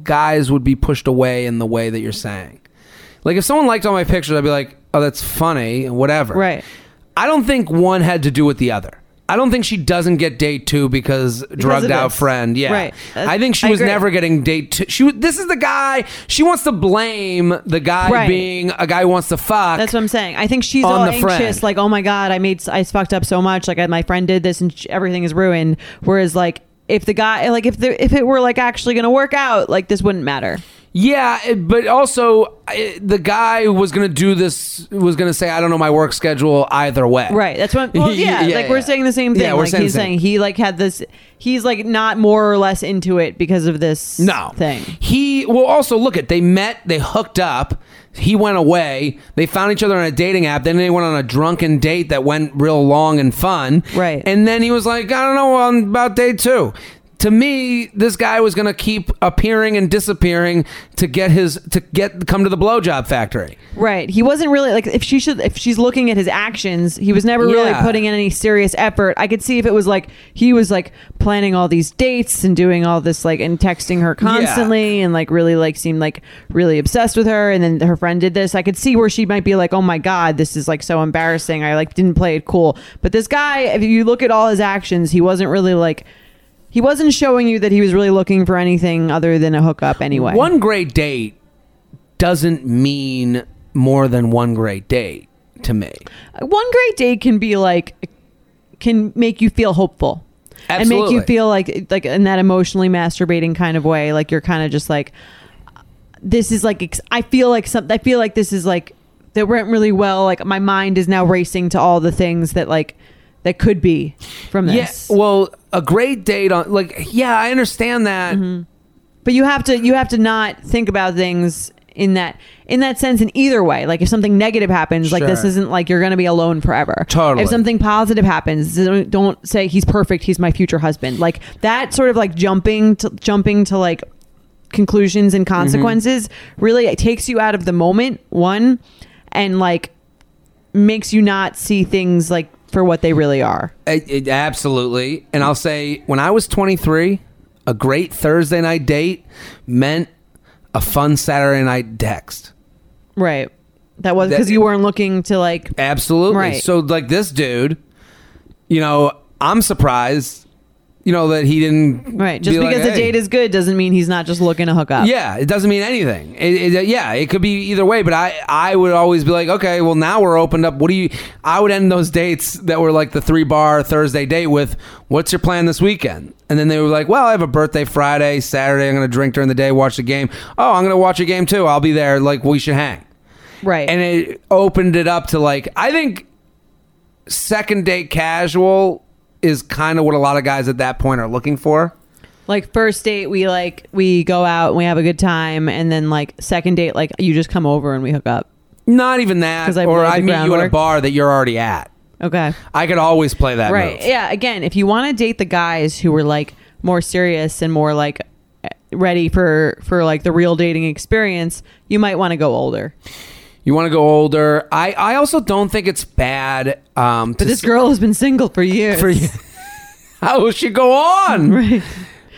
B: guys would be pushed away in the way that you're saying like if someone liked all my pictures i'd be like oh that's funny and whatever
A: Right.
B: i don't think one had to do with the other I don't think she doesn't get date two because, drugged
A: of
B: out
A: this.
B: friend. Yeah,
A: Right. That's-
B: I think she
A: I
B: was
A: agree.
B: never getting date two. She was- this is the guy she wants to blame the guy
A: Right.
B: being a guy who wants to fuck.
A: That's what I'm saying. I think she's
B: On
A: all
B: the
A: anxious,
B: friend.
A: like, oh my god, I made, I fucked up so much. Like I, my friend did this, and sh- everything is ruined. Whereas, like, if the guy, like, if the, if it were like actually gonna work out, like this wouldn't matter.
B: Yeah, it- but also I- the guy was gonna do this. Was gonna say, "I don't know my work schedule either way."
A: Right. That's what. Well, yeah, like we're saying the same thing.
B: Yeah, we're
A: like,
B: saying
A: he's
B: the same.
A: saying he like had this. He's like not more or less into it because of this.
B: No
A: thing.
B: He well, also look at they met, they hooked up. He went away. They found each other on a dating app. Then they went on a drunken date that went real long and fun.
A: Right.
B: And then he was like, "I don't know on about day two. To me, this guy was gonna keep appearing and disappearing to get his to get come to the blowjob factory.
A: Right. He wasn't really like if she should if she's looking at his actions, he was never really
B: Yeah.
A: putting in any serious effort. I could see if it was like he was like planning all these dates and doing all this like and texting her constantly and like really like seemed like really obsessed with her and then her friend did this. I could see where she might be like, "Oh my god, this is like so embarrassing. I like didn't play it cool." But this guy, if you look at all his actions, he wasn't really like he wasn't showing you that he was really looking for anything other than a hookup anyway.
B: One great date doesn't mean more than one great date to me.
A: one great day can be like can make you feel hopeful and make
B: Absolutely.
A: you feel like like in that emotionally masturbating kind of way like you're kind of just like this is like ex- i feel like something i feel like this is like that went really well like my mind is now racing to all the things that like that could be from this
B: Yes. well, a great date on
A: Mm-hmm.
B: like yeah, I understand that.
A: but you have to you have to not think about things in that in that sense in either way like if something negative happens like this
B: Sure.
A: isn't like you're gonna be alone forever
B: Totally.
A: if something positive happens don't, don't say he's perfect he's my future husband like that sort of like jumping to jumping to like conclusions
B: Mm-hmm.
A: and consequences really it takes you out of the moment one and like makes you not see things like for what they really are
B: It, it- absolutely. And I'll say, when I was 23, a great Thursday night date meant a fun Saturday night text.
A: right that was
B: That-
A: because you weren't looking to like
B: Absolutely.
A: Right.
B: So, like this dude, you know, I'm surprised, you know, that he didn't.
A: right just
B: be
A: because
B: like,
A: the
B: "Hey."
A: date is good doesn't mean he's not just looking to hook up
B: Yeah, it doesn't mean anything. It, it, yeah, it could be either way, but I I would always be like, okay, well now we're opened up. What do you? I would end those dates that were like the three bar Thursday date with, what's your plan this weekend? And then they were like, well, I have a birthday Friday, Saturday. I'm gonna drink during the day, watch the game. Oh, I'm gonna watch a game too. I'll be there. Like we should hang.
A: right
B: And it opened it up to like I think second date casual is kind of what a lot of guys at that point are looking for.
A: like first date we like we go out and we have a good time and then like second date like you just come over and we hook up
B: Not even that,
A: 'Cause I
B: or
A: laid the
B: I meet you at a
A: groundwork.
B: bar that you're already at.
A: okay
B: I could always play that
A: right
B: move.
A: yeah again if you want to date the guys who were like more serious and more like ready for for like the real dating experience you might want to go older
B: You want to go older. I, I also don't think it's bad. Um,
A: but this girl has been single for years
B: for you. How will she go on?
A: right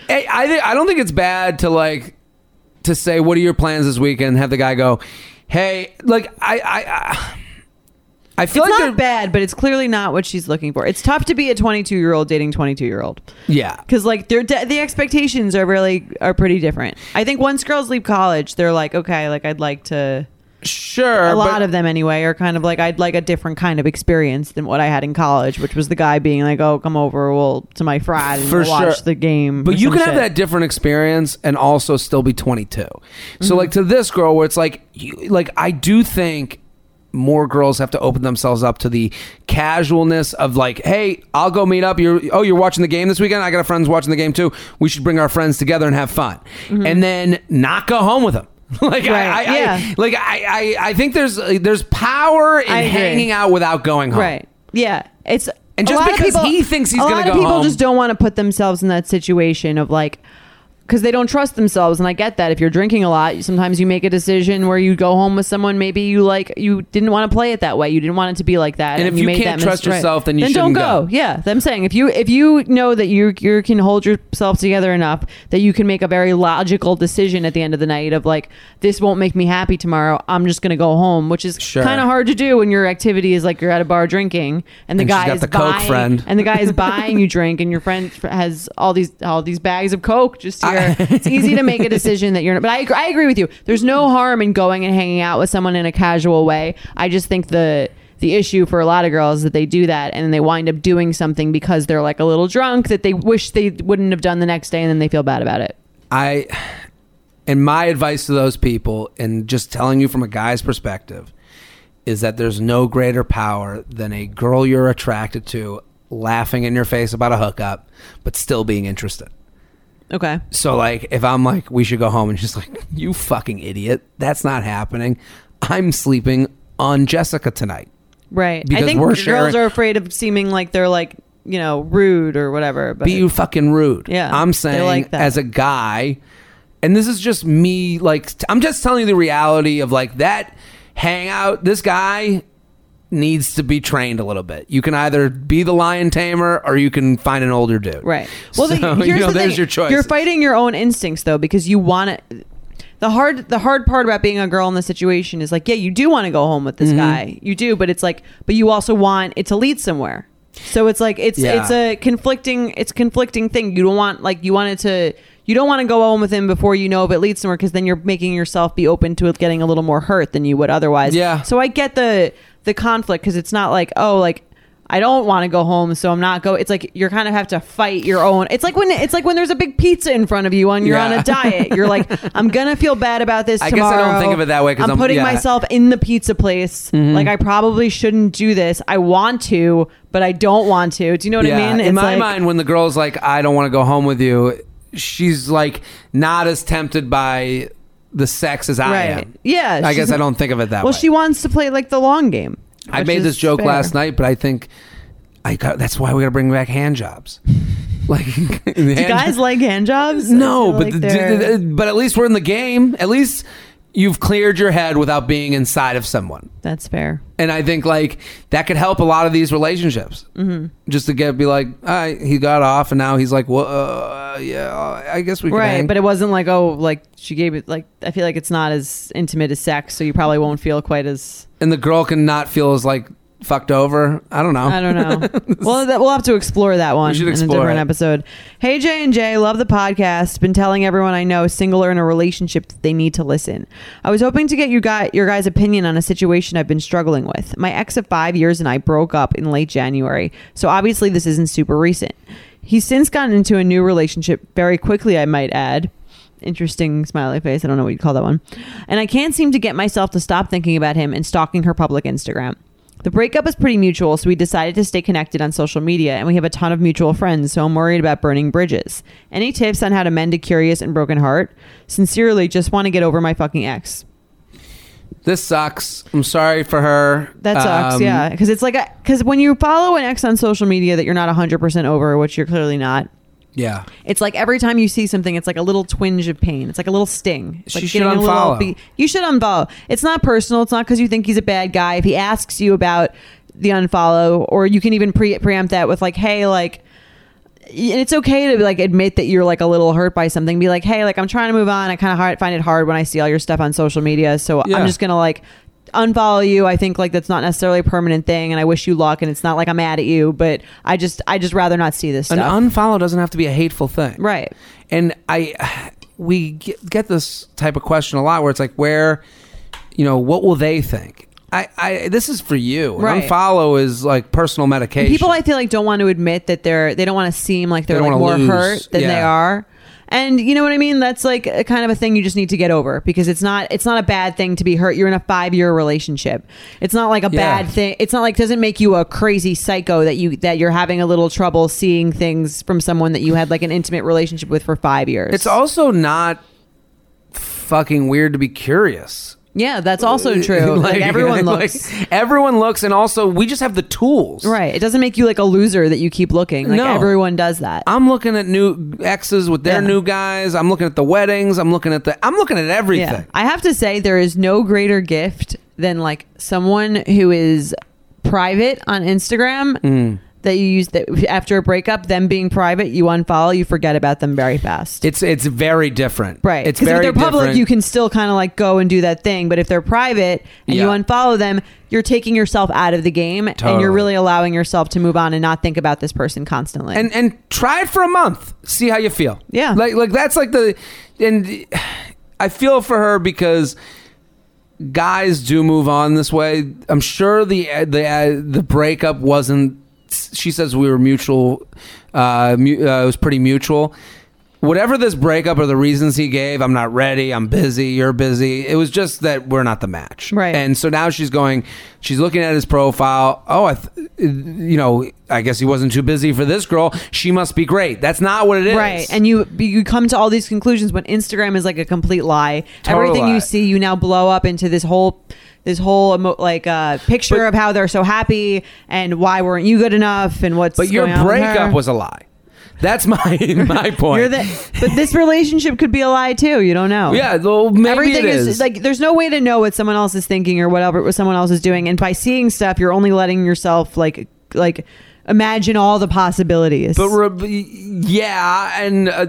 B: I, I, thi- I don't think it's bad to like to say what are your plans this weekend. Have the guy go, hey, like I I I, I feel
A: it's
B: like
A: not
B: they're-
A: bad but it's clearly not what she's looking for it's tough to be a 22 year old dating 22 year old
B: Yeah,
A: because like their de- the expectations are really are pretty different i think once girls leave college they're like okay like i'd like to
B: sure.
A: a lot
B: but-
A: of them anyway are kind of like I'd like a different kind of experience than what I had in college, which was the guy being like, "Oh, come over, we'll to my frat and
B: For
A: we'll watch
B: sure.
A: the game." or
B: But you
A: some
B: can have
A: shit."
B: that different experience and also still be 22.
A: Mm-hmm.
B: So like to this girl where it's like you, like I do think more girls have to open themselves up to the casualness of like, hey, I'll go meet up. You're oh, you're watching the game this weekend. I got a friend's watching the game too. We should bring our friends together and have fun, and then not go home with them. like
A: Mm-hmm. Right,
B: I, I,
A: yeah.
B: I, like I, I, I think there's uh, there's power in
A: I agree.
B: hanging out without going home.
A: right? Yeah, it's
B: And
A: a
B: just
A: lot of
B: because
A: people-
B: he thinks he's
A: a
B: gonna
A: lot
B: go
A: of people
B: home-
A: just don't want to put themselves in that situation of like. Because they don't trust themselves, and I get that. If you're drinking a lot, sometimes you make a decision where you go home with someone. Maybe you like you didn't want to play it that way. You didn't want it to be like that.
B: And if you
A: made
B: can't
A: that
B: trust
A: mis-
B: yourself, then you
A: then don't
B: shouldn't go.
A: go. Yeah, I'm saying if you if you know that you you can hold yourself together enough that you can make a very logical decision at the end of the night of like this won't make me happy tomorrow. I'm just gonna go home, which is
B: Sure.
A: kind of hard to do when your activity is like you're at a bar drinking and the
B: And she's
A: guy
B: got
A: is
B: the Coke
A: buying
B: friend.
A: and the guy is buying you drink and your friend has all these all these bags of Coke just here. it's easy to make a decision that you're. But I agree- I agree with you. There's no harm in going and hanging out with someone in a casual way. I just think the the issue for a lot of girls is that they do that and then they wind up doing something because they're like a little drunk that they wish they wouldn't have done the next day and then they feel bad about it.
B: I and my advice to those people and just telling you from a guy's perspective is that there's no greater power than a girl you're attracted to laughing in your face about a hookup but still being interested.
A: Okay.
B: So like if I'm like we should go home and she's like you fucking idiot, that's not happening. I'm sleeping on Jessica tonight.
A: Right.
B: Because
A: I think
B: we're
A: girls
B: sharing-
A: are afraid of seeming like they're like, you know, rude or whatever. But
B: be you fucking rude.
A: Yeah,
B: I'm
A: they
B: saying
A: like that.
B: as a guy, and this is just me. Like t- I'm just telling you the reality of like that hangout. This guy needs to be trained a little bit. You can either be the lion tamer or you can find an older dude.
A: Right. Well,
B: so,
A: the, here's
B: you know,
A: the
B: there's
A: thing.
B: your choice.
A: You're fighting your own instincts though, because you want to. The hard, the hard part about being a girl in this situation is like, yeah, you do want to go home with
B: Mm-hmm.
A: this guy, you do, but it's like, but you also want it to lead somewhere. So it's like it's
B: Yeah.
A: it's a conflicting it's a conflicting thing. You don't want like you wanted to you don't want to go home with him before you know if it leads somewhere because then you're making yourself be open to it getting a little more hurt than you would otherwise.
B: Yeah.
A: So I get the the conflict because it's not like oh like I don't want to go home, so I'm not go. It's like you're kind of have to fight your own. It's like when it's like when there's a big pizza in front of you and you're on
B: Yeah.
A: a diet. You're like, I'm gonna feel bad about this.
B: I guess I don't
A: tomorrow.
B: think of it that way 'cause
A: I'm,
B: I'm-
A: putting
B: yeah.
A: myself in the pizza place.
B: Mm-hmm.
A: Like I probably shouldn't do this. I want to, but I don't want to. Do you know what I
B: Yeah.
A: mean?
B: In
A: It's
B: my
A: like-
B: mind, when the girl's like, I don't want to go home with you, she's like not as tempted by the sex as I am.
A: Yeah.
B: I
A: she's
B: guess
A: not-
B: I don't think of it that
A: Well,
B: way.
A: she wants to play like the long game.
B: I
A: which
B: made
A: is
B: this joke
A: fair.
B: last night, but I think I got, that's why we got to bring back hand jobs. Like
A: Do guys like hand jobs?
B: No,
A: I feel
B: but
A: like
B: the-
A: they're-
B: d- d- but at least we're in the game. At least you've cleared your head without being inside of someone.
A: that's fair.
B: And I think like that could help a lot of these relationships. Mm-hmm. Just to get be like, all right, he got off, and now he's like, well, uh, yeah, I guess we could
A: Right,
B: hang."
A: but it wasn't like oh, like she gave it like I feel like it's not as intimate as sex, so you probably won't feel quite as
B: and the girl can not feel as like fucked over. I don't know.
A: I don't know. well, that, we'll have to explore that one
B: We should
A: in a
B: explore
A: different
B: it.
A: episode. Hey J and J, love the podcast. Been telling everyone I know, single or in a relationship, that they need to listen. I was hoping to get you guys your guys' opinion on a situation I've been struggling with. My ex of five years and I broke up in late January, so obviously this isn't super recent. He's since gotten into a new relationship very quickly, I might add interesting smiley face. I don't know what you call that one. And I can't seem to get myself to stop thinking about him and stalking her public Instagram. The breakup is pretty mutual, so we decided to stay connected on social media, and we have a ton of mutual friends, so I'm worried about burning bridges. Any tips on how to mend a curious and broken heart? Sincerely, just want to get over my fucking ex.
B: This sucks. I'm sorry for her.
A: That sucks,
B: Um,
A: yeah. Because it's like, because when you follow an ex on social media that you're not 100% over, which you're clearly not,
B: Yeah.
A: It's like every time you see something, it's like a little twinge of pain. It's like a little sting. It's
B: She
A: like
B: should
A: getting a little
B: unfollow.
A: upbeat. You should unfollow. It's not personal. It's not because you think he's a bad guy. If he asks you about the unfollow, or you can even pre- preempt that with like, "Hey, like." And it's okay to like admit that you're like a little hurt by something. Be like, hey, like I'm trying to move on. I kind of hard, find it hard when I see all your stuff on social media. So
B: Yeah.
A: I'm just gonna like unfollow you. I think like that's not necessarily a permanent thing, and I wish you luck. And it's not like I'm mad at you, but I just I just rather not see this
B: An
A: stuff.
B: unfollow doesn't have to be a hateful thing.
A: right.
B: and I we get, get this type of question a lot where it's like where you know what will they think I, I this is for you An
A: Right.
B: unfollow is like personal medication
A: people I feel like don't want to admit that they're they don't want to seem like they're
B: They don't
A: like more
B: wanna lose.
A: hurt than they
B: Yeah.
A: are. And you know what I mean? That's like a kind of a thing you just need to get over because it's not it's not a bad thing to be hurt. You're in a five year relationship. It's not like a
B: Yeah.
A: bad thing. It's not like doesn't make you a crazy psycho that you that you're having a little trouble seeing things from someone that you had like an intimate relationship with for five years.
B: it's also not fucking weird to be curious
A: yeah, that's also true. like, everyone
B: like,
A: looks
B: everyone looks and also we just have the tools
A: right. It doesn't make you like a loser that you keep looking. Like
B: No.
A: everyone does that.
B: I'm looking at new exes with their
A: Yeah.
B: new guys. I'm looking at the weddings. I'm looking at the. I'm looking at everything.
A: I have to say there is no greater gift than like someone who is private on Instagram
B: Mm.
A: that you use that after a breakup, them being private, you unfollow, you forget about them very fast.
B: It's it's very different.
A: Right.
B: It's
A: 'Cause
B: very
A: if they're public,
B: different.
A: you can still kind of like go and do that thing. But if they're private and you
B: Yeah.
A: unfollow them, you're taking yourself out of the game and
B: Totally.
A: you're really allowing yourself to move on and not think about this person constantly.
B: and and try it for a month see how you feel
A: Yeah.
B: like like that's like the and i feel for her because guys do move on this way i'm sure the the the breakup wasn't she says we were mutual uh, mu- uh it was pretty mutual whatever this breakup or the reasons he gave i'm not ready i'm busy you're busy it was just that we're not the match
A: Right.
B: and so now she's going she's looking at his profile oh i th- you know i guess he wasn't too busy for this girl she must be great that's not what it is
A: right and you you come to all these conclusions when instagram is like a complete lie
B: Total
A: everything
B: lie.
A: you see you now blow up into this whole this whole emo- like uh picture
B: But-
A: of how they're so happy and why weren't you good enough and what's
B: but your
A: going on with her.
B: breakup was a lie that's my my point
A: You're the, but this relationship could be a lie too you don't know
B: yeah well maybe
A: Everything
B: it
A: is,
B: is,
A: like there's no way to know what someone else is thinking or whatever what someone else is doing, and by seeing stuff, you're only letting yourself like like imagine all the possibilities.
B: But re- yeah, and uh,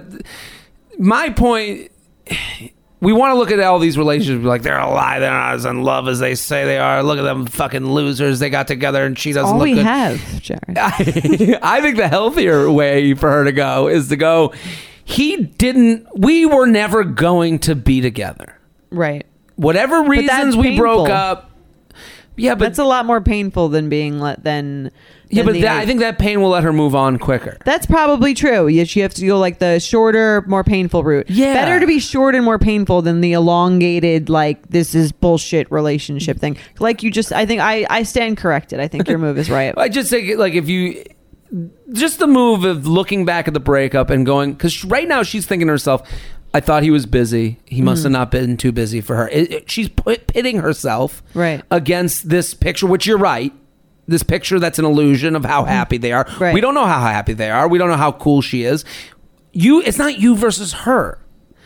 B: my point. We want to look at all these relationships like they're a lie. They're not as in love as they say they are. Look at them, fucking losers. They got together and she doesn't
A: all
B: look
A: we
B: good.
A: have, Jared.
B: I, I think the healthier way for her to go is to go. He didn't. We were never going to be together.
A: right.
B: Whatever
A: that's
B: reasons we broke
A: painful.
B: up. Yeah, but
A: that's a lot more painful than being let than
B: yeah,
A: than
B: but
A: the-
B: that, I think that pain will let her move on quicker.
A: that's probably true. Yes, you have to go like the shorter, more painful route.
B: Yeah.
A: better to be short and more painful than the elongated, like this is bullshit relationship thing. Like you just, I think I I stand corrected. I think your move is right.
B: I just think like if you just the move of looking back at the breakup and going because right now she's thinking to herself, I thought he was busy. He must
A: Mm-hmm.
B: have not been too busy for her. It- it- she's put, pitting herself
A: Right.
B: against this picture, which you're right. This picture that's an illusion of how happy they are.
A: Mm-hmm. Right.
B: We don't know how happy they are. We don't know how cool she is. You, it's not you versus her.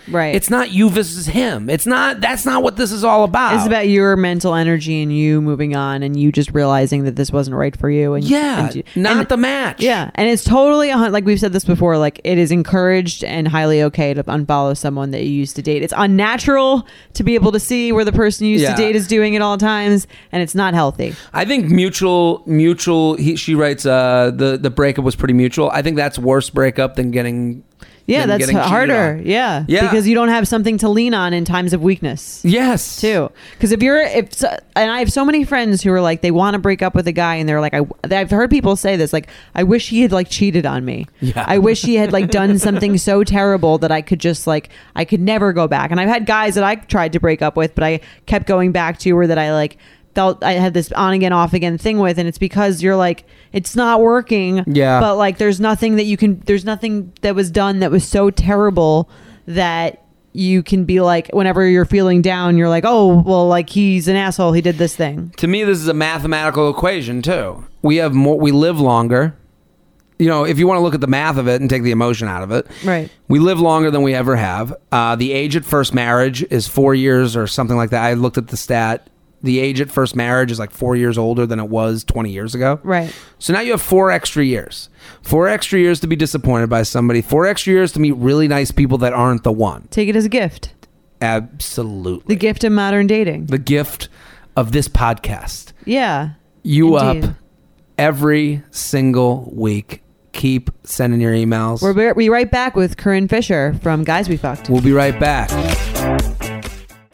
A: Right.
B: It's not you versus him. It's not. That's not what this is all about.
A: It's about your mental energy and you moving on and you just realizing that this wasn't right for you. And
B: yeah,
A: and you-
B: not
A: and-
B: the match.
A: Yeah, and it's totally a hun- like we've said this before. Like it is encouraged and highly okay to unfollow someone that you used to date. It's unnatural to be able to see where the person you used
B: Yeah.
A: to date is doing at all times, and it's not healthy.
B: I think mutual mutual. He, she writes uh, the the breakup was pretty mutual. I think that's worse breakup than getting
A: Yeah,
B: than
A: that's
B: getting cheated
A: harder.
B: on.
A: Yeah,
B: Yeah.
A: because you don't have something to lean on in times of weakness.
B: Yes,
A: too. Because if you're if so- and I have so many friends who are like they want to break up with a guy and they're like I I've heard people say this like I wish he had like cheated on me.
B: Yeah.
A: I wish he had like done something so terrible that I could just like I could never go back. And I've had guys that I tried to break up with, but I kept going back to or that I like felt I had this on again off again thing with and it's because you're like it's not working
B: Yeah.
A: but like there's nothing that you can there's nothing that was done that was so terrible that you can be like whenever you're feeling down you're like oh well like he's an asshole he did this thing
B: To me, this is a mathematical equation too. We have more. We live longer. You know, if you want to look at the math of it and take the emotion out of it,
A: Right.
B: We live longer than we ever have. Uh, the age at first marriage is four years or something like that. I looked at the stat. The age at first marriage is like four years older than it was 20 years ago.
A: Right.
B: So now you have four extra years. Four extra years to be disappointed by somebody. Four extra years to meet really nice people that aren't the one.
A: take it as a gift
B: Absolutely.
A: the gift of modern dating
B: The gift of this podcast.
A: yeah
B: You
A: Indeed.
B: up every single week. Keep sending your emails.
A: we're, we're we right back with corinne fisher from guys we fucked
B: we'll be right back.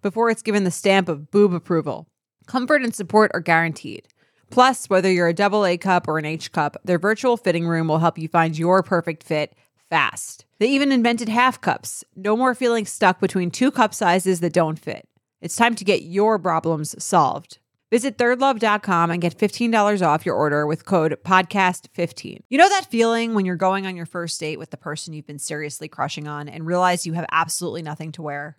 C: before it's given the stamp of boob approval. Comfort and support are guaranteed. Plus, whether you're a double A cup or an H cup, their virtual fitting room will help you find your perfect fit fast. They even invented half cups. No more feeling stuck between two cup sizes that don't fit. It's time to get your problems solved. Visit thirdlove.com and get $15 off your order with code podcast15. You know that feeling when you're going on your first date with the person you've been seriously crushing on and realize you have absolutely nothing to wear?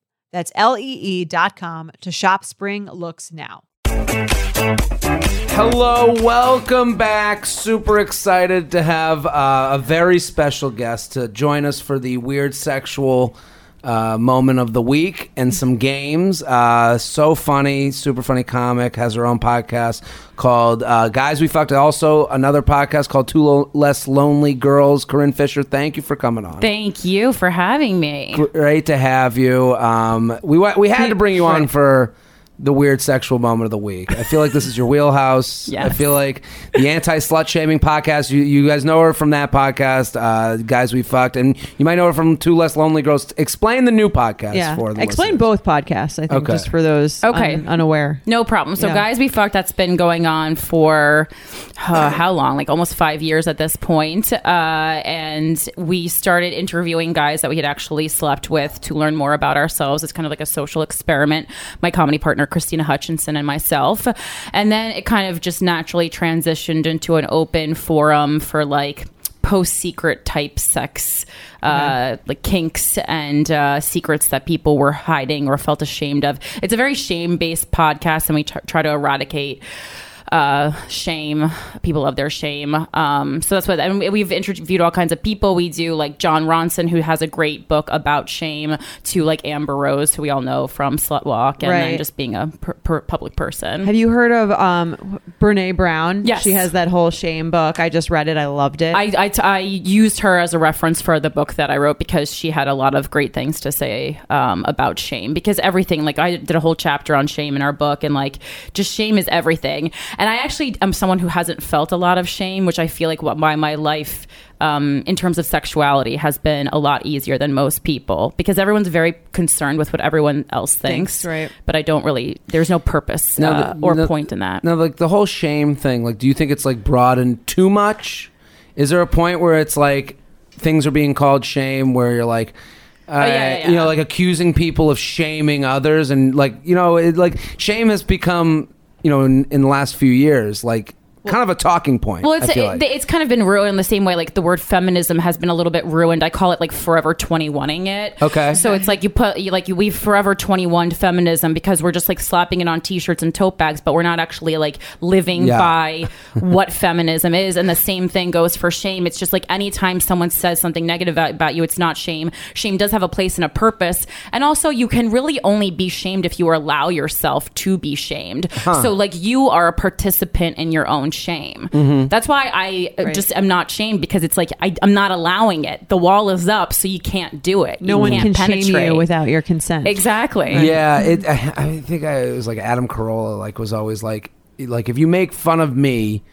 C: That's E lee.com to shop spring looks now.
B: Hello, welcome back. Super excited to have uh, a very special guest to join us for the weird sexual uh, moment of the week and some games. Uh, so funny, super funny comic, has her own podcast called uh, Guys We Fucked. Also, another podcast called Two Lo- Less Lonely Girls. Corinne Fisher, thank you for coming on.
D: Thank you for having me.
B: Great to have you. Um, we, wa- we had to bring you on for the weird sexual moment of the week. I feel like this is your wheelhouse.
A: Yes.
B: I feel like the anti slut shaming podcast. You, you guys know her from that podcast, uh, guys we fucked, and you might know her from Two Less Lonely Girls. Explain the new podcast
A: yeah.
B: for the
A: Explain
B: listeners.
A: both podcasts, I think,
B: Okay.
A: just for those
D: Okay.
A: un- unaware.
D: No problem. So,
A: Yeah.
D: guys, we fucked. That's been going on for uh, how long? Like almost five years at this point. Uh, and we started interviewing guys that we had actually slept with to learn more about ourselves. It's kind of like a social experiment. My comedy partner, Christina Hutchinson, and myself. And then it kind of just naturally transitioned into an open forum for like post secret type sex, uh, like kinks and uh, secrets that people were hiding or felt ashamed of. It's a very shame based podcast, and we tr- try to eradicate uh shame people love their shame um so that's what and we've interviewed all kinds of people we do like john ronson who has a great book about shame to like amber rose who we all know from slut walk and
A: Right.
D: then just being a per- per- public person
A: Have you heard of um, Brene Brown?
D: Yes.
A: She has that whole shame book. I just read it. I loved it.
D: I, I, t- I used her as a reference for the book that I wrote because she had a lot of great things to say um, about shame. Because everything, like I did a whole chapter on shame in our book, and like just shame is everything. And I actually am someone who hasn't felt a lot of shame, which I feel like what my my life um, in terms of sexuality has been a lot easier than most people because everyone's very concerned with what everyone else thinks.
A: Thinks, right.
D: But I don't really. There's no purpose
B: Now,
D: uh,
B: the-
D: or
B: now-
D: point in that.
B: Now, like the whole shame thing, like, do you think it's like broadened too much? Is there a point where it's like things are being called shame where you're like, uh,
D: Oh, yeah, yeah,
B: you
D: yeah.
B: know, like accusing people of shaming others and like, you know, it, like shame has become, you know, in, in the last few years, like kind of a talking point.
D: Well, it's
B: I feel like.
D: it, it's kind of been ruined in the same way like the word feminism has been a little bit ruined. I call it like forever 21ing it.
B: Okay.
D: So it's like you put you like you we've forever 21 feminism because we're just like slapping it on t-shirts and tote bags, but we're not actually like living
B: Yeah.
D: by what feminism is. And the same thing goes for shame. It's just like anytime someone says something negative about, about you, it's not shame. Shame does have a place and a purpose. And also you can really only be shamed if you allow yourself to be shamed. So like you are a participant in your own shame. That's why I uh, just am not shamed because it's like I, I'm not allowing it. The wall is up, so you can't do it.
A: no
D: You
A: one
D: can't
A: can shame
D: penetrate.
A: you without your consent.
D: exactly.
B: Yeah, it, I, I think I, it was like Adam Carolla. Like was always like, like if you make fun of me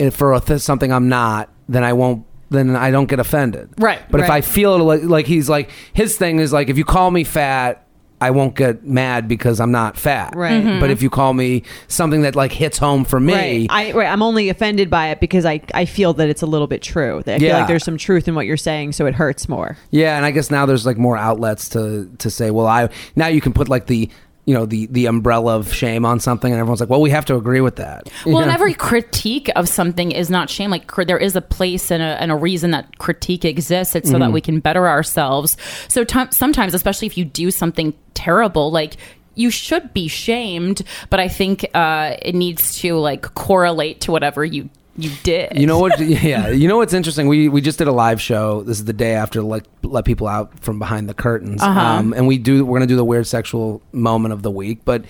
B: and for a th- something I'm not, then I won't. Then I don't get offended.
D: Right,
B: But if
A: right.
B: I feel it, like, like he's like his thing is like if you call me fat. I won't get mad because I'm not fat.
A: Right.
D: Mm-hmm.
A: Mhm.
B: But if you call me something that like hits home for me,
A: Right. I, right. I'm only offended by it because I, I feel that it's a little bit true. That I feel
B: Yeah.
A: like there's some truth in what you're saying, so it hurts more.
B: Yeah, and I guess now there's like more outlets to to say, well, I now you can put like the you know the the umbrella of shame on something, and everyone's like, well, we have to agree with that.
D: Well,
B: You
D: and
B: know?
D: every critique of something is not shame. Like cr- there is a place and a, and a reason that critique exists. It's so
B: Mm-hmm.
D: that we can better ourselves. So t- sometimes, especially if you do something terrible, like you should be shamed. But I think uh, it needs to like correlate to whatever you you did.
B: You know what? Yeah, you know what's interesting. We we just did a live show. This is the day after like let people out from behind the curtains.
A: Uh-huh.
B: Um, and we do we're gonna do the weird sexual moment of the week. But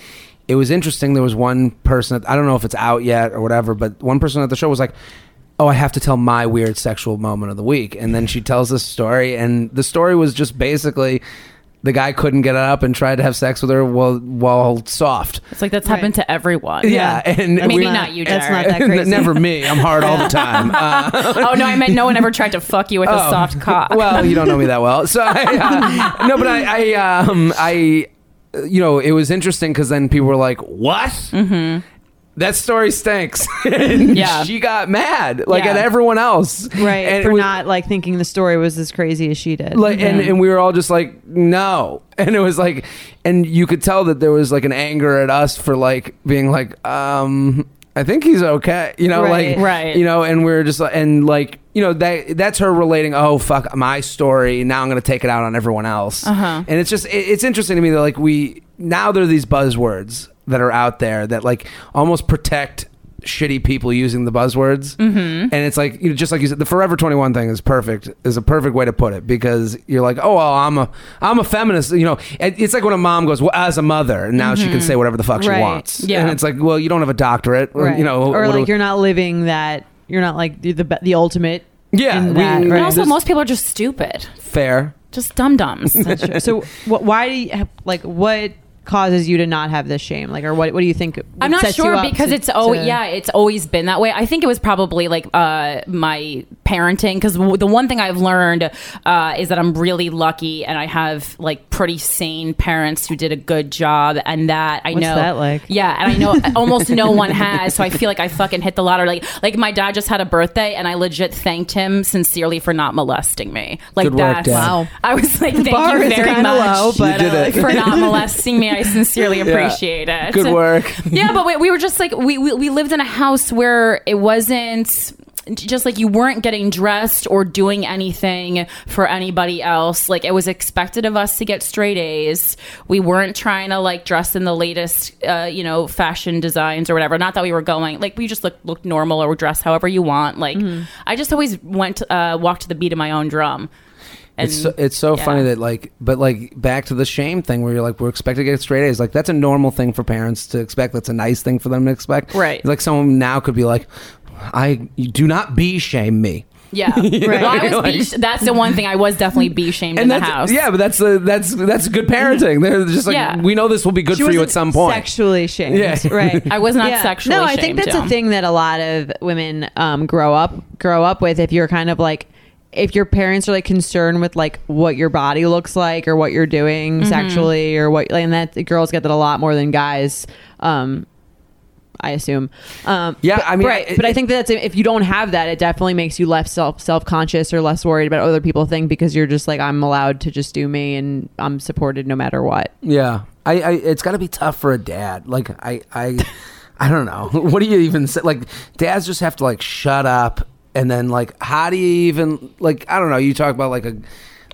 B: it was interesting. There was one person. I don't know if it's out yet or whatever. But one person at the show was like. Oh, I have to tell my weird sexual moment of the week. And then she tells this story, and the story was just basically the guy couldn't get up and tried to have sex with her while, while soft.
D: It's like that's happened to everyone.
B: Yeah. And
D: Maybe not you,
A: That's not
D: Jared.
A: that crazy.
B: Never me. I'm hard all the time. Uh,
D: oh no, I meant no one ever tried to fuck you with a
B: Oh.
D: soft cock.
B: Well, you don't know me that well, so I, uh, no. But I, I, um, I, uh, you know, it was interesting because then people were like, "What? Mm-hmm. That story stinks." And
D: Yeah.
B: she got mad, like
D: Yeah.
B: at everyone else,
A: Right.
B: And it
A: for
B: was-
A: not like thinking the story was as crazy as she did.
B: like, and, and we were all just like, "No," and it was like, and you could tell that there was like an anger at us for like being like, um. I think he's okay, you know,
A: Right.
B: like,
D: Right.
B: you know, and we are just, like- and like, you know, that that's her relating. Oh fuck, my story. Now I'm going to take it out on everyone else. Uh-huh. And it's just, it, it's interesting to me that like we now there are these buzzwords that are out there that like almost protect shitty people using the buzzwords. Mm-hmm. And it's like, you know, just like you said, the Forever 21 thing is perfect. Is a perfect way to put it because you're like, oh well, I'm a, I'm a feminist. You know, It- it's like when a mom goes, well, as a mother, and now she can say whatever the fuck
A: Mm-hmm. Right.
B: she wants.
D: Yeah.
B: And it's like, well, you don't have a doctorate, or,
A: Right.
B: you know,
A: or
B: what do-
A: like you're not living that. You're not like the the, the ultimate.
B: Yeah,
A: in
B: we-
A: that,
B: we-
A: right?
D: and also,
B: This-
D: most people are just stupid,
B: fair.
D: just dum dums.
A: That's true. so wh- why do you have, like what causes you to not have this shame? Like, or what? What do you think?
D: I'm not
A: sets you
D: sure
A: up
D: because
A: to-
D: it's oh
A: to-
D: yeah, it's always been that way. I think it was probably like uh, my parenting because w- the one thing I've learned uh, is that I'm really lucky and I have like pretty sane parents who did a good job and that I
A: What's
D: know
A: that like?
D: yeah, and I know almost no one has, so I feel like I fucking hit the lottery. Like like my dad just had a birthday and I legit thanked him sincerely for not molesting me. Like
B: Good work,
D: that's
B: Dad. Wow.
D: I was like thank
A: bar
D: you
A: is
D: very
A: kinda
D: much
A: low, but,
B: You did uh, it.
D: for not molesting me. I sincerely appreciate it.
B: Good work.
D: yeah, but we, we were just like we, we we lived in a house where it wasn't just like you weren't getting dressed or doing anything for anybody else. Like it was expected of us to get straight A's. We weren't trying to like dress in the latest, uh, you know, fashion designs or whatever. Not that we were going like we just looked looked normal or dress however you want. Like
B: Mm-hmm.
D: I just always went uh, walked to the beat of my own drum. And
B: It's so, it's so
D: yeah.
B: funny that like, but like back to the shame thing where you're like, we're expected to get straight A's. Like that's a normal thing for parents to expect. That's a nice thing for them to expect.
D: Right.
B: Like someone now could be like, I you do not be shame me.
D: Yeah, Well, I was bee- that's the one thing I was definitely bee shamed in the
B: that's,
D: house.
B: Yeah, but that's uh, that's that's good parenting. They're just like,
D: Yeah.
B: we know this will be good
A: She
B: for you
A: wasn't
B: at some point.
A: Sexually shamed,
B: Yeah.
A: right?
D: I was not
A: Yeah.
D: sexually.
A: No, I
D: shamed,
A: think that's
D: yeah.
A: a thing that a lot of women um, grow up grow up with. If you're kind of like, if your parents are like concerned with like what your body looks like or what you're doing
D: Mm-hmm.
A: sexually or what, and that girls get that a lot more than guys. Um, I assume. Um,
B: Yeah,
A: but-
B: I mean,
A: right.
B: I-
A: but I think that's if you don't have that, it definitely makes you less self self conscious or less worried about what other people think because you're just like I'm allowed to just do me and I'm supported no matter what.
B: Yeah, I, I it's got to be tough for a dad. Like I, I, I don't know. What do you even say? Like dads just have to like shut up, and then like how do you even like I don't know. You talk about like a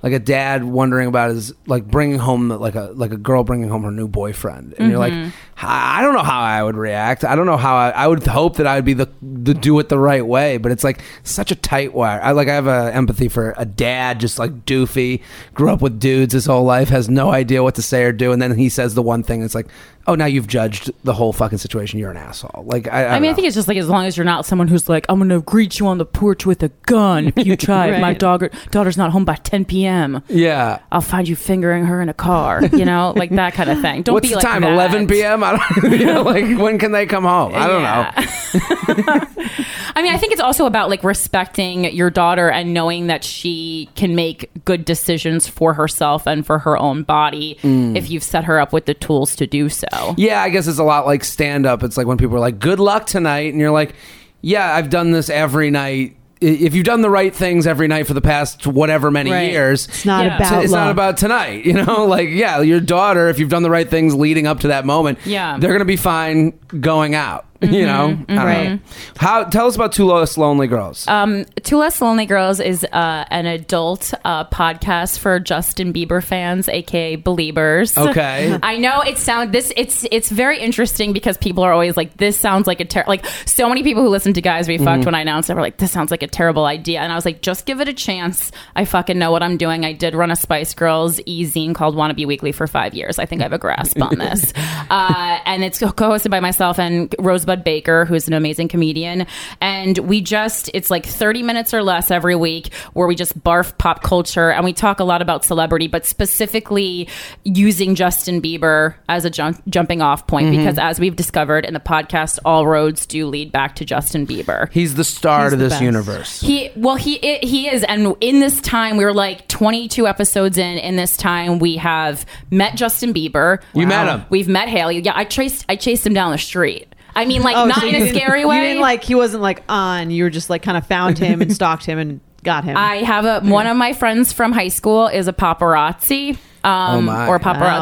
B: like a dad wondering about his like bringing home like a like a girl bringing home her new boyfriend, and you're like, "H- I don't know how I would react. I don't know how I, I would hope that I would be the the do it the right way, but it's like such a tight wire. I like I have a empathy for a dad just like doofy, grew up with dudes his whole life, has no idea what to say or do, and then he says the one thing. It's like, oh, now you've judged the whole fucking situation. You're an asshole. Like I,
D: I mean, I think it's just like as long as you're not someone who's like, I'm gonna greet you on the porch with a gun if you try.
A: Right.
D: My dog daughter's not home by 10 p.m.
B: yeah.
D: I'll find you fingering her in a car. You know, like that kind of thing. Don't
B: What's
D: be
B: the
D: like
B: time?
D: that.
B: 11 p.m. I don't you know, like when can they come home? I don't know.
D: I mean, I think it's also about like respecting your daughter and knowing that she can make good decisions for herself and for her own body
B: Mm.
D: if you've set her up with the tools to do so.
B: Yeah, I guess it's a lot like stand up. It's like when people are like, "Good luck tonight," and you're like, "Yeah, I've done this every night." I- If you've done the right things every night for the past whatever many
D: Right.
B: years,
A: It's not
D: Yeah.
A: about.
B: t- it's not
A: love.
B: about tonight. You know, like yeah, your daughter. If you've done the right things leading up to that moment,
D: Yeah. Mm-hmm,
B: they're gonna be fine going out. you know, I don't
A: Right.
B: know. How? Tell us about Two Lowest Lonely Girls.
D: Um, Two Less Lonely Girls is uh, an adult uh, podcast for Justin Bieber fans, aka Beliebers.
B: Okay.
D: I know it sound this it's it's very interesting because people are always like this sounds like a ter-. like so many people who listen to Guys We Fucked when I announced it were like this sounds like a terrible idea and I was like just give it a chance. I fucking know what I'm doing. I did run a Spice Girls e-zine called Wannabe Weekly for five years. I think I have a grasp on this, uh, and it's co-hosted by myself and Rosebud Baker, who's an amazing comedian. And we just it's like 30 minutes or less every week where we just barf pop culture and we talk a lot about celebrity, but specifically using Justin Bieber as a jump, jumping off point because as we've discovered in the podcast, all roads do lead back to Justin Bieber.
B: He's the star to
A: the
B: this
A: best.
B: universe.
D: He well he i he is and in this time we were like 22 episodes in in this time we have met Justin Bieber.
B: You met him.
D: We've met Haley. Yeah, I traced I chased him down the street. I mean like
A: Oh,
D: not
A: so
D: in
A: you
D: a
A: didn't-
D: scary
A: You
D: way.
A: didn't like he wasn't like on. You were just like kind of found him and stalked him and got him.
D: I have a one of my friends from high school is a paparazzi um
B: my.
D: or
A: Oh Wow.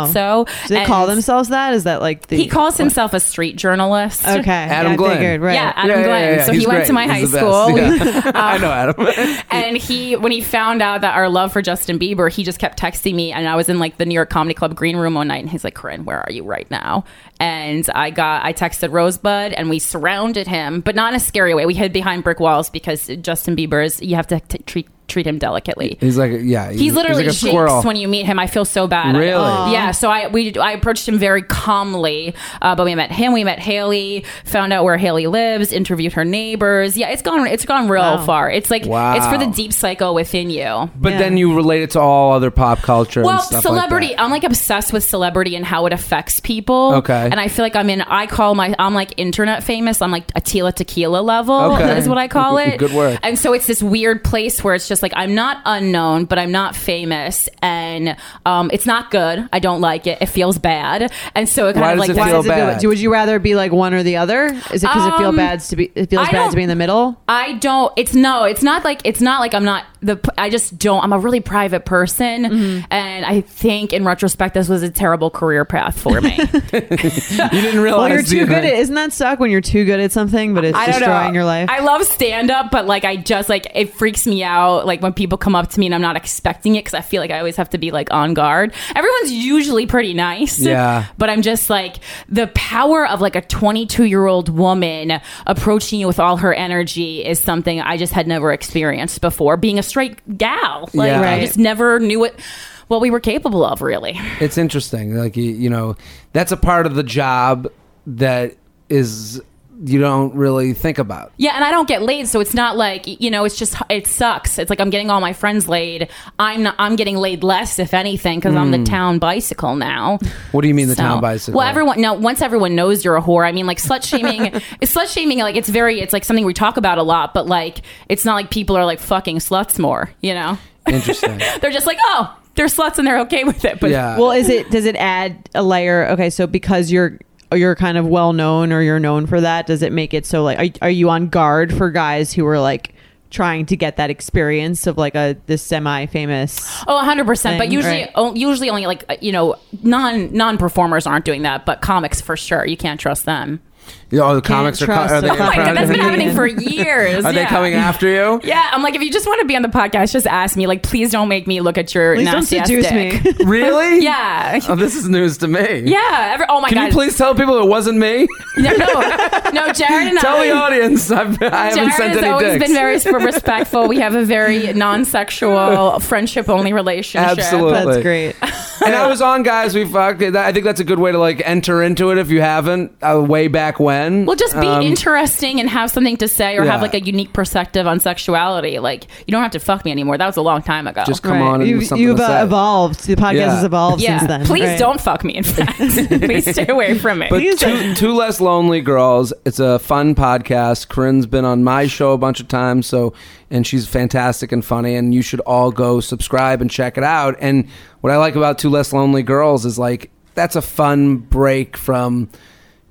D: paparazzo.
A: Oh. Do they
D: and
A: call themselves that? Is that like the
D: He calls himself a street journalist.
A: Okay,
B: Adam
A: yeah, I
B: Glenn.
A: figured, right.
D: Yeah, Adam
B: Yeah, yeah,
D: Glenn.
B: yeah, yeah.
D: So he
B: He's
D: went
B: great.
D: to my high
B: He's the
D: school.
B: best. Yeah. I know Adam.
D: and he when he found out that our love for Justin Bieber, he just kept texting me and I was in like the New York Comedy Club green room one night and he's like, Corinne, where are you right now? And I got I texted Rosebud and we surrounded him, but not in a scary way. We hid behind brick walls because Justin Bieber is you have to t- treat treat him delicately.
B: He's like, yeah,
D: He literally
B: like a
D: shakes
B: squirrel.
D: when you meet him. I feel so bad. I-
B: Really? Aw.
D: yeah. So I we I approached him very calmly, uh, but we met him. We met Haley. Found out where Haley lives. Interviewed her neighbors. Yeah, it's gone. It's gone real far. It's like
B: Wow.
D: it's for the deep cycle within you.
B: but then you relate it to all other pop culture.
D: Well,
B: and stuff
D: celebrity.
B: Like that.
D: I'm like obsessed with celebrity and how it affects people.
B: Okay.
D: And I feel like I'm in. I call my. I'm like internet famous. I'm like Attila Tequila level.
B: Okay.
D: Is what I call it.
B: Good word.
D: And so it's this weird place where it's just like I'm not unknown, but I'm not famous, and um, it's not good. I don't like it. It feels bad, and so it kind
B: Why
D: of
B: does
D: like
B: it
D: that's-
A: Why
B: feel
A: does it feel
B: bad.
A: Do, would you rather be like one or the other? Is it because it feel
D: Um,
A: bad to be? It feels
D: I
A: bad
D: don't-
A: to be in the middle.
D: I don't. It's no. It's not like it's not like I'm not the. I just don't. I'm a really private person, and I think in retrospect, this was a terrible career path for me.
B: You
D: oh,
B: didn't realize
A: Well, you're
B: the-
A: too good at. Isn't that suck when you're too good at something, but it's
D: I don't
A: destroying
D: know.
A: your life?
D: I love stand up, but like I just like it freaks me out. Like when people come up to me and I'm not expecting it because I feel like I always have to be like on guard. Everyone's usually pretty nice,
B: Yeah.
D: But I'm just like the power of like a 22 year old woman approaching you with all her energy is something I just had never experienced before. Being a straight gal, like
B: Yeah.
D: I just never knew what what we were capable of, really.
B: it's interesting like you, you know that's a part of the job that is you don't really think about
D: Yeah, and I don't get laid, so it's not like you know, it's just it sucks. It's like I'm getting all my friends laid. I'm not, I'm getting laid less, if anything, because I'm the town bicycle now.
B: what do you mean Hmm. the
D: So-
B: town bicycle
D: Well, everyone now once everyone knows you're a whore. I mean, like slut shaming. it's slut shaming. Like it's very. It's like something we talk about a lot, but like it's not like people are like fucking sluts more. You know,
B: interesting
D: they're just like oh, they're sluts and they're okay with it. But
B: yeah
A: well, is it? Does it add a layer? Okay, so because you're you're kind of well known or you're known for that, does it make it so like are, are you on guard for guys who are like trying to get that experience of like a this semi famous?
D: Oh, 100%. But
A: thing,
D: usually
A: right.
D: o- usually only like uh, you know, non non-performers aren't doing that, but comics for sure. You can't trust them.
B: You know, the comics are, co-
A: trust
B: are they
A: the
D: Oh my God,
A: Proud
D: that's
A: of
D: been
A: you.
D: happening for years.
B: are they
D: yeah.
B: coming after you
D: Yeah, I'm like, if you just want to be on the podcast, just ask me. Like, please don't make me look at your
A: Please don't
D: nasty ass
A: seduce
D: dick.
A: me.
B: really
D: Yeah.
B: oh, this is news to me
D: Yeah. Every, oh my
B: can
D: god.
B: you please tell people it wasn't me
D: No, no, no. Jared and
B: tell
D: I.
B: the audience I've, i haven't
D: Jared
B: sent
D: has
B: any
D: always
B: dicks
D: been very s- respectful. We have a very non-sexual, friendship-only relationship.
B: Absolutely.
A: That's great.
B: and I was on guys we fucked That- I think that's a good way to like enter into it if you haven't uh, way back when
D: Well, just be
B: Um,
D: interesting and have something to say, or have
B: yeah.
D: like a unique perspective on sexuality. Like, you don't have to fuck me anymore. That was a long time ago.
B: just come on and
A: you've,
B: something
A: you've
B: to
A: uh,
B: say.
A: evolved. The podcast
B: Yeah.
A: has evolved
D: yeah.
A: since then.
D: Please
A: Right.
D: don't fuck me. In fact, please stay away from me.
B: But two, two less lonely girls. It's a fun podcast. Corinne's been on my show a bunch of times, so and she's fantastic and funny. And you should all go subscribe and check it out. And what I like about Two Less Lonely Girls is like that's a fun break from,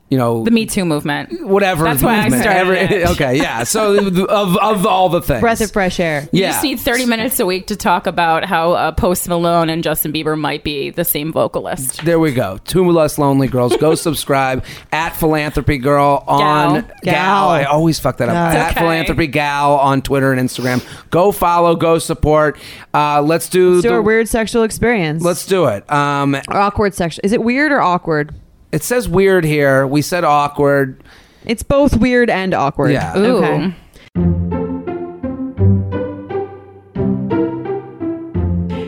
B: you know,
D: the Me Too movement.
B: whatever.
D: That's why I
B: movement.
D: started it.
B: okay, yeah. So th- of of all the things,
A: Breath of fresh air.
D: You
B: Yeah.
D: just need 30 minutes a week to talk about how uh, Post Malone and Justin Bieber might be the same vocalist.
B: There we go. Two less lonely girls. Go subscribe at philanthropy girl on
D: Gal.
B: gal.
A: Gal.
B: I always fuck that up.
A: Gal.
B: At
D: okay.
B: philanthropy gal on Twitter and Instagram. Go follow. Go support. Uh, let's do.
A: Do
B: the-
A: a weird sexual experience.
B: Let's do it. Um,
A: or awkward sexual. Is it weird or awkward?
B: it says weird here. We said awkward.
A: It's both weird and awkward.
B: Yeah.
D: Ooh.
A: Okay.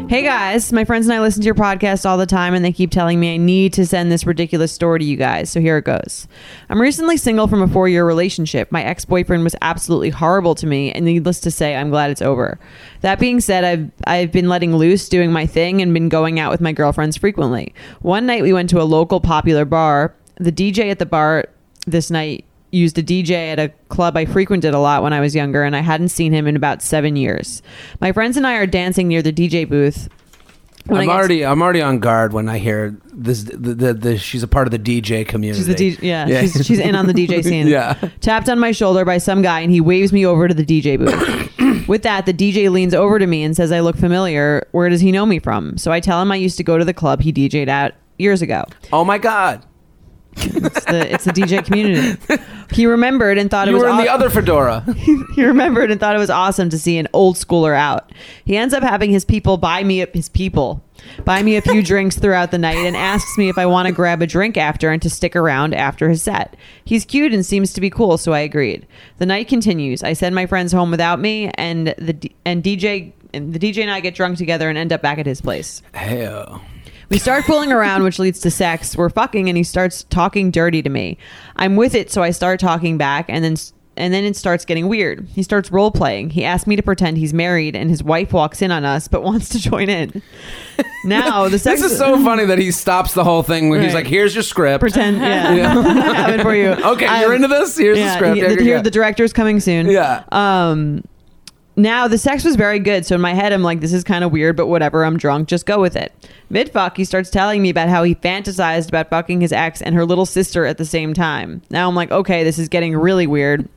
A: Hey guys, my friends and I listen to your podcast all the time, and they keep telling me I need to send this ridiculous story to you guys. So here it goes. I'm recently single from a four year relationship. My ex boyfriend was absolutely horrible to me, and needless to say, I'm glad it's over. That being said, I've I've been letting loose, doing my thing, and been going out with my girlfriends frequently. One night we went to a local popular bar. The DJ at the bar this night used a DJ at a club I frequented a lot when I was younger, and I hadn't seen him in about seven years. My friends and I are dancing near the DJ booth. When I
B: I'm
A: get-
B: already. I'm already on guard when I hear this. The, the, the, she's a part of the DJ community.
A: She's the DJ. Yeah, She's, she's in on the DJ scene.
B: Yeah.
A: Tapped on my shoulder by some guy, and he waves me over to the DJ booth. With that, the DJ leans over to me and says, I look familiar. Where does he know me from? So I tell him I used to go to the club he DJ'd at years ago.
B: oh my god!
A: It's the, it's the DJ community. He remembered and thought
B: You
A: it was
B: were in
A: aw-
B: the other fedora.
A: he remembered and thought it was awesome to see an old schooler out. He ends up having his people buy me his people buy me a few drinks throughout the night and asks me if I want to grab a drink after and to stick around after his set. He's cute and seems to be cool, so I agreed. The night continues. I send my friends home without me and the D- and DJ and the DJ and I get drunk together and end up back at his place.
B: Hell.
A: We start fooling around, which leads to sex. We're fucking, and he starts talking dirty to me. I'm with it, so I start talking back, and then and then it starts getting weird. He starts role playing. He asks me to pretend he's married, and his wife walks in on us, but wants to join in. Now the sex
B: This is so funny that he stops the whole thing when he's
A: Right.
B: like, "Here's your script."
A: pretend. Yeah, I have it for you.
B: Okay, you're into this. Here's the
A: Um, yeah,
B: script.
A: he-
B: Here
A: the,
B: you
A: here-
B: go.
A: the director's coming soon.
B: yeah.
A: Um, now the sex was very good, so in my head I'm like, this is kind of weird, but whatever. I'm drunk, just go with it. Mid fuck, he starts telling me about how he fantasized about fucking his ex and her little sister at the same time. Now I'm like, okay, this is getting really weird.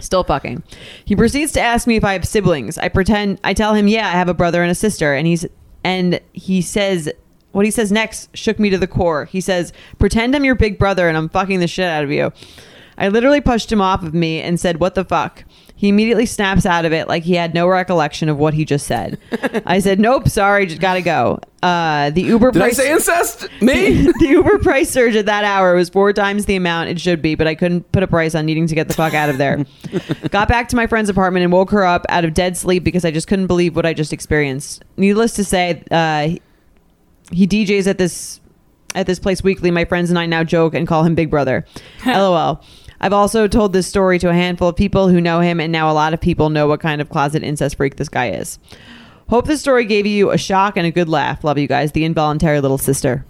A: Still fucking. He proceeds to ask me if I have siblings. I pretend I tell him, yeah, I have a brother and a sister, and he's and he says what he says next shook me to the core. He says, "Pretend I'm your big brother and I'm fucking the shit out of you." I literally pushed him off of me and said, "What the fuck?" He immediately snaps out of it like he had no recollection of what he just said. I said, "Nope, sorry, just gotta go." Uh, the Uber
B: Did I
A: price-
B: say incest? Me?
A: the Uber price surge at that hour was four times the amount it should be, but I couldn't put a price on needing to get the fuck out of there. Got back to my friend's apartment and woke her up out of dead sleep because I just couldn't believe what I just experienced. Needless to say, uh, he DJs at this at this place weekly. My friends and I now joke and call him Big Brother. LOL. I've also told this story to a handful of people who know him, and now a lot of people know what kind of closet incest freak this guy is. Hope this story gave you a shock and a good laugh. Love you guys. The involuntary little sister.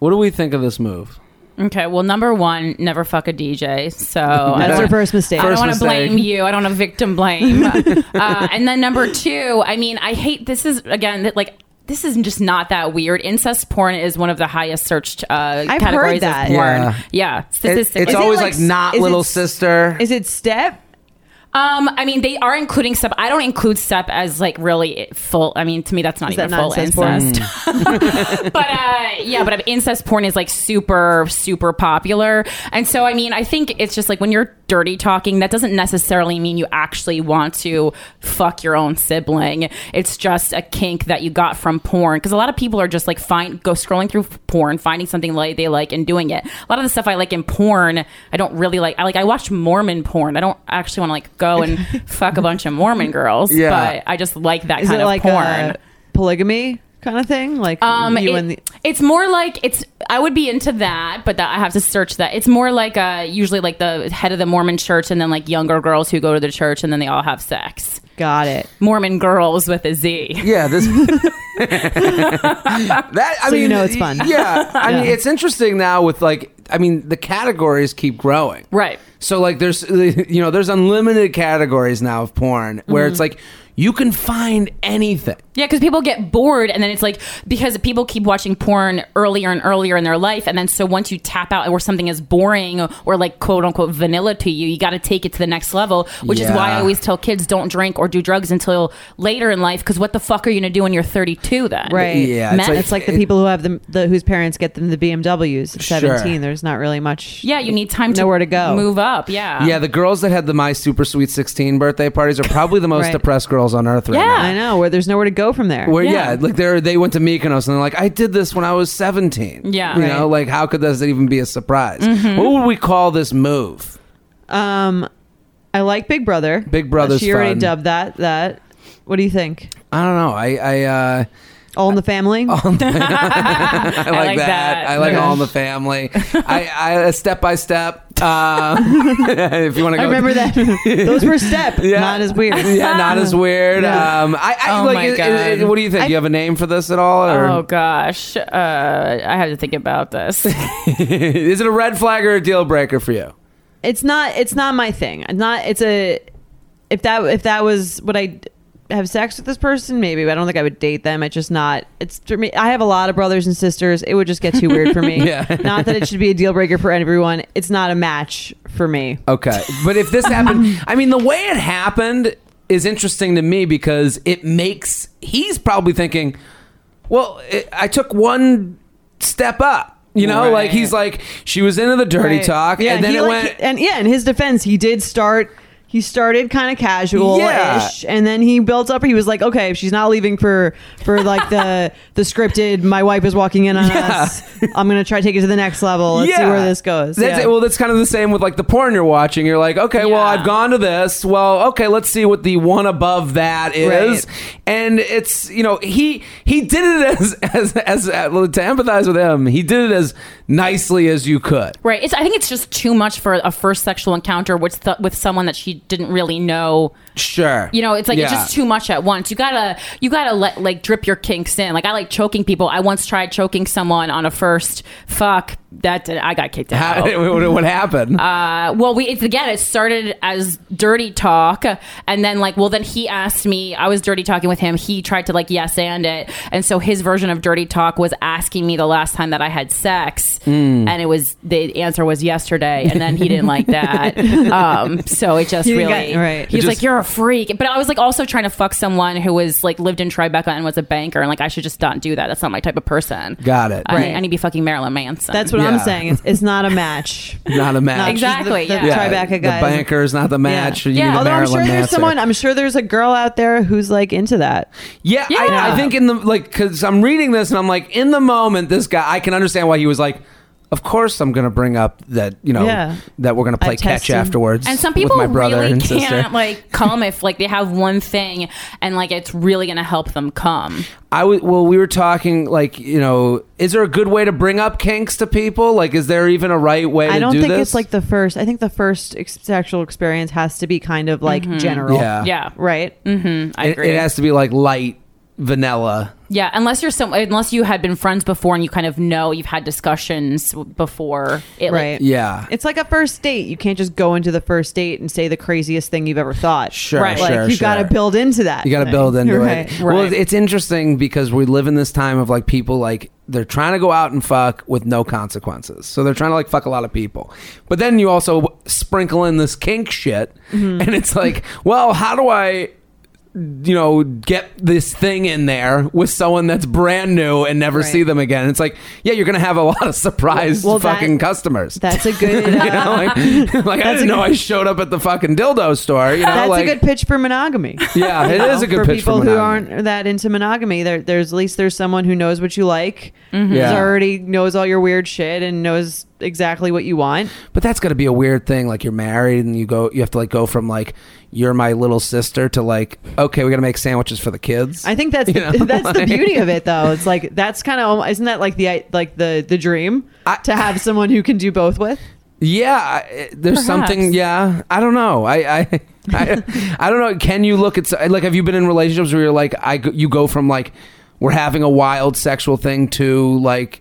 B: What do we think of this move?
D: Okay, well, number one, never fuck a DJ. So I
A: That's
D: don't
A: her
D: wanna-
A: first mistake.
D: I don't
B: First
D: want to
B: mistake.
D: blame you. I don't want to victim blame. uh, and then number two, I mean, I hate this is again that like. This is just not that weird. Incest porn is one of the highest searched uh,
A: heard
D: categories
A: that.
D: of porn.
B: Yeah.
D: Yeah, statistically.
B: it's
A: it
B: always
A: like
B: like,
A: s-
B: not
A: is it
B: little
A: s-
B: sister.
A: Is it step?
D: Um, I mean, they are including step. I don't include step as like really full. I mean, to me, that's not
A: Is
D: even
A: that not
D: full
A: incest porn?
D: incest. but uh, yeah, but uh, incest porn is like super, super popular. And so, I mean, I think it's just like when you're dirty talking, that doesn't necessarily mean you actually want to fuck your own sibling. It's just a kink that you got from porn. Because a lot of people are just like find go scrolling through porn, finding something like they like and doing it. A lot of the stuff I like in porn, I don't really like. I like I watch Mormon porn. I don't actually want to like go and fuck a bunch of Mormon girls.
B: Yeah.
D: But I just like that
A: Is
D: kind
A: it
D: of
A: like
D: porn.
A: a polygamy kind of thing? Like
D: Um,
A: you
D: it-
A: and the,
D: it's more like it's. I would be into that, but that I have to search that. It's more like uh, usually like the head of the Mormon church, and then like younger girls who go to the church, and then they all have sex.
A: got it.
D: Mormon girls with a Z.
B: yeah, this. that I
A: So
B: mean,
A: you know it's fun.
B: Yeah, I mean,
A: Yeah.
B: it's interesting now with like, I mean, the categories keep growing.
D: Right.
B: So like, there's you know, there's unlimited categories now of porn where it's
A: Mm-hmm.
B: like you can find anything.
D: Yeah, because people get bored, and then it's like because people keep watching porn earlier and earlier in their life, and then so once you tap out or something is boring or like quote unquote vanilla to you, you got to take it to the next level, which is why
B: Yeah.
D: I always tell kids don't drink or do drugs until later in life, because what the fuck are you gonna do when you're 32 then?
A: Right.
B: Yeah,
D: Men-
A: It's like the people who have the, the whose parents get them the BMWs at
B: Sure.
A: 17. There's not really much.
D: Yeah, you need time to
A: Nowhere to go.
D: move up.
A: Ah.
D: Yeah,
B: yeah, the girls that had the my super sweet sixteen birthday parties are probably the most
A: Right.
B: depressed girls on earth right
D: Yeah.
B: now.
A: I know where there's nowhere to go from there.
B: Where yeah.
D: Yeah.
B: like they they went to Mykonos and they're like, I did this when I was seventeen.
D: Yeah.
B: you
D: Right. Mm-hmm.
B: know, like how could this even be a surprise? What would we call this move?
A: Um, I like Big Brother.
B: Big Brother's
A: She already
B: fun.
A: dubbed that. That. What do you think?
B: I don't know. I I uh,
A: All in the family.
B: I, like
D: like
B: that.
D: that.
B: I like
A: Okay.
B: All in the Family. I, I step by step. Uh, if you want to go,
A: I remember that. Those were step.
B: Yeah.
A: Not as weird.
B: Yeah, not as weird.
A: Yeah.
B: Um, I, I
D: Oh
B: like.
D: my
B: it- it-
D: God.
B: what do you think? Do you have a name for this at all? Or
D: Oh gosh, uh, I have to think about this.
B: is it a red flag or a deal breaker for you?
A: it's not it's not my thing I'm not it's a if that if that was what i have sex with this person maybe but i don't think i would date them it's just not it's for me i have a lot of brothers and sisters it would just get too weird for me
B: Yeah.
A: not that it should be a deal breaker for everyone it's not a match for me
B: Okay. But if this happened, I mean, the way it happened is interesting to me because it makes, he's probably thinking, well, it, I took one step up. You know, like
D: Right.
B: he's like, she was into the dirty
A: Right.
B: talk.
A: yeah
B: and then
A: he
B: it
A: like-
B: went,
A: and yeah in his defense he did start He started kind of casual ish, and then he built up. He was like, "Okay, if she's not leaving for for like the the scripted, my wife is walking in on us. I'm gonna try to take it to the next level. Let's see where this goes."
B: That's
A: Yeah.
B: it. Well, that's kind of the same with like the porn you're watching. You're like, okay, well,
D: Yeah.
B: I've gone to this. Well, okay, let's see what the one above that is. And it's you know he he did it as as as uh, to empathize with him. He did it as nicely as you could.
D: Right. It's, I think it's just too much for a first sexual encounter with th- with someone that she didn't really know.
B: Sure.
D: You know, it's like it's
B: Yeah.
D: just too much at once. You gotta you gotta let like drip your kinks in. Like I like choking people. I once tried choking someone on a first fuck. That did, I got kicked
B: How,
D: out.
B: what, what happened?
A: Uh,
D: well, we it's again. It started as dirty talk, and then like, well, then he asked me. I was dirty talking with him. He tried to like yes and it, and so his version of dirty talk was asking me the last time that I had sex,
B: Hmm.
D: and it was the answer was yesterday, and then he didn't like that. Um, so it just
A: He didn't
D: really
A: get- right.
D: He's
B: It
D: like,
B: just-
D: you're a freak, but I was like also trying to fuck someone who was like lived in Tribeca and was a banker, and like I should just not do that. That's not my type of person.
B: Got it.
D: I,
A: Right.
D: I need to be fucking Marilyn Manson.
A: That's what I'm
B: Yeah.
A: saying. It's, it's not a match.
B: not a match.
D: Exactly,
A: The, the
D: yeah.
A: Tribeca guy.
B: The banker's not the match.
A: Yeah.
B: You need a
A: Although I'm sure
B: Marilyn
A: there's
B: Manson.
A: someone. I'm sure there's a girl out there who's like into that.
B: Yeah, I, I think in the like because I'm reading this and I'm like in the moment this guy I can understand why he was like. Of course, I'm gonna bring up that you know
A: Yeah.
B: that we're gonna play
A: I test
B: catch
A: him.
B: afterwards.
D: And some people
B: with my brother
D: really
B: and
D: can't
B: sister.
D: like come if like they have one thing and like it's really gonna help them come.
B: I w- well, we were talking like you know, is there a good way to bring up kinks to people? Like, is there even a right way?
A: I
B: to
A: don't
B: do
A: think
B: this?
A: it's like the first. I think the first ex- sexual experience has to be kind of like
D: Mm-hmm.
A: general.
B: yeah,
D: Yeah, mm-hmm,
A: Right.
D: I
B: Uh, It,
D: agree.
B: it has to be like light vanilla.
D: yeah, unless you're some, unless you had been friends before and you kind of know you've had discussions before. It,
A: Right.
D: Like,
B: Yeah,
A: It's like a first date. You can't just go into the first date and say the craziest thing you've ever thought.
B: Sure,
A: Right. Like
B: sure,
A: you got to
B: sure.
A: build into that.
B: You got to
A: thing.
B: build into
A: Right.
B: it. Well, it's interesting because we live in this time of like people like they're trying to go out and fuck with no consequences. So they're trying to like fuck a lot of people. But then you also sprinkle in this kink shit
A: Mm-hmm.
B: and it's like, well, how do I you know, get this thing in there with someone that's brand new and never
A: Right.
B: see them again. It's like, yeah, you're gonna have a lot of surprise
A: Well, that-
B: fucking customers.
A: That's a good. uh,
B: you know, like, like I
A: That's a
B: didn't know
A: good-
B: I showed up at the fucking dildo store. You know,
A: That's
B: like
A: a good pitch for monogamy.
B: yeah, it
A: you
B: is
A: know,
B: a good
A: for
B: pitch
A: people
B: for
A: who
B: monogamy.
A: aren't that into monogamy. There, there's at least there's someone who knows what you like, who's
B: Yeah.
A: already knows all your weird shit and knows exactly what you want.
B: But that's got to be a weird thing. Like you're married and you go, you have to like go from like you're my little sister to like okay, we got to make sandwiches for the kids.
A: I think that's
B: You
A: the,
B: know,
A: that's the beauty of it, though. It's like that's kind of isn't that like the like the the dream
B: I-
A: to have someone who can do both with.
B: yeah, I- there's
D: Perhaps.
B: something. Yeah, I don't know. I I, I I don't know. Can you look at s- like have you been in relationships where you're like I go- you go from like we're having a wild sexual thing to like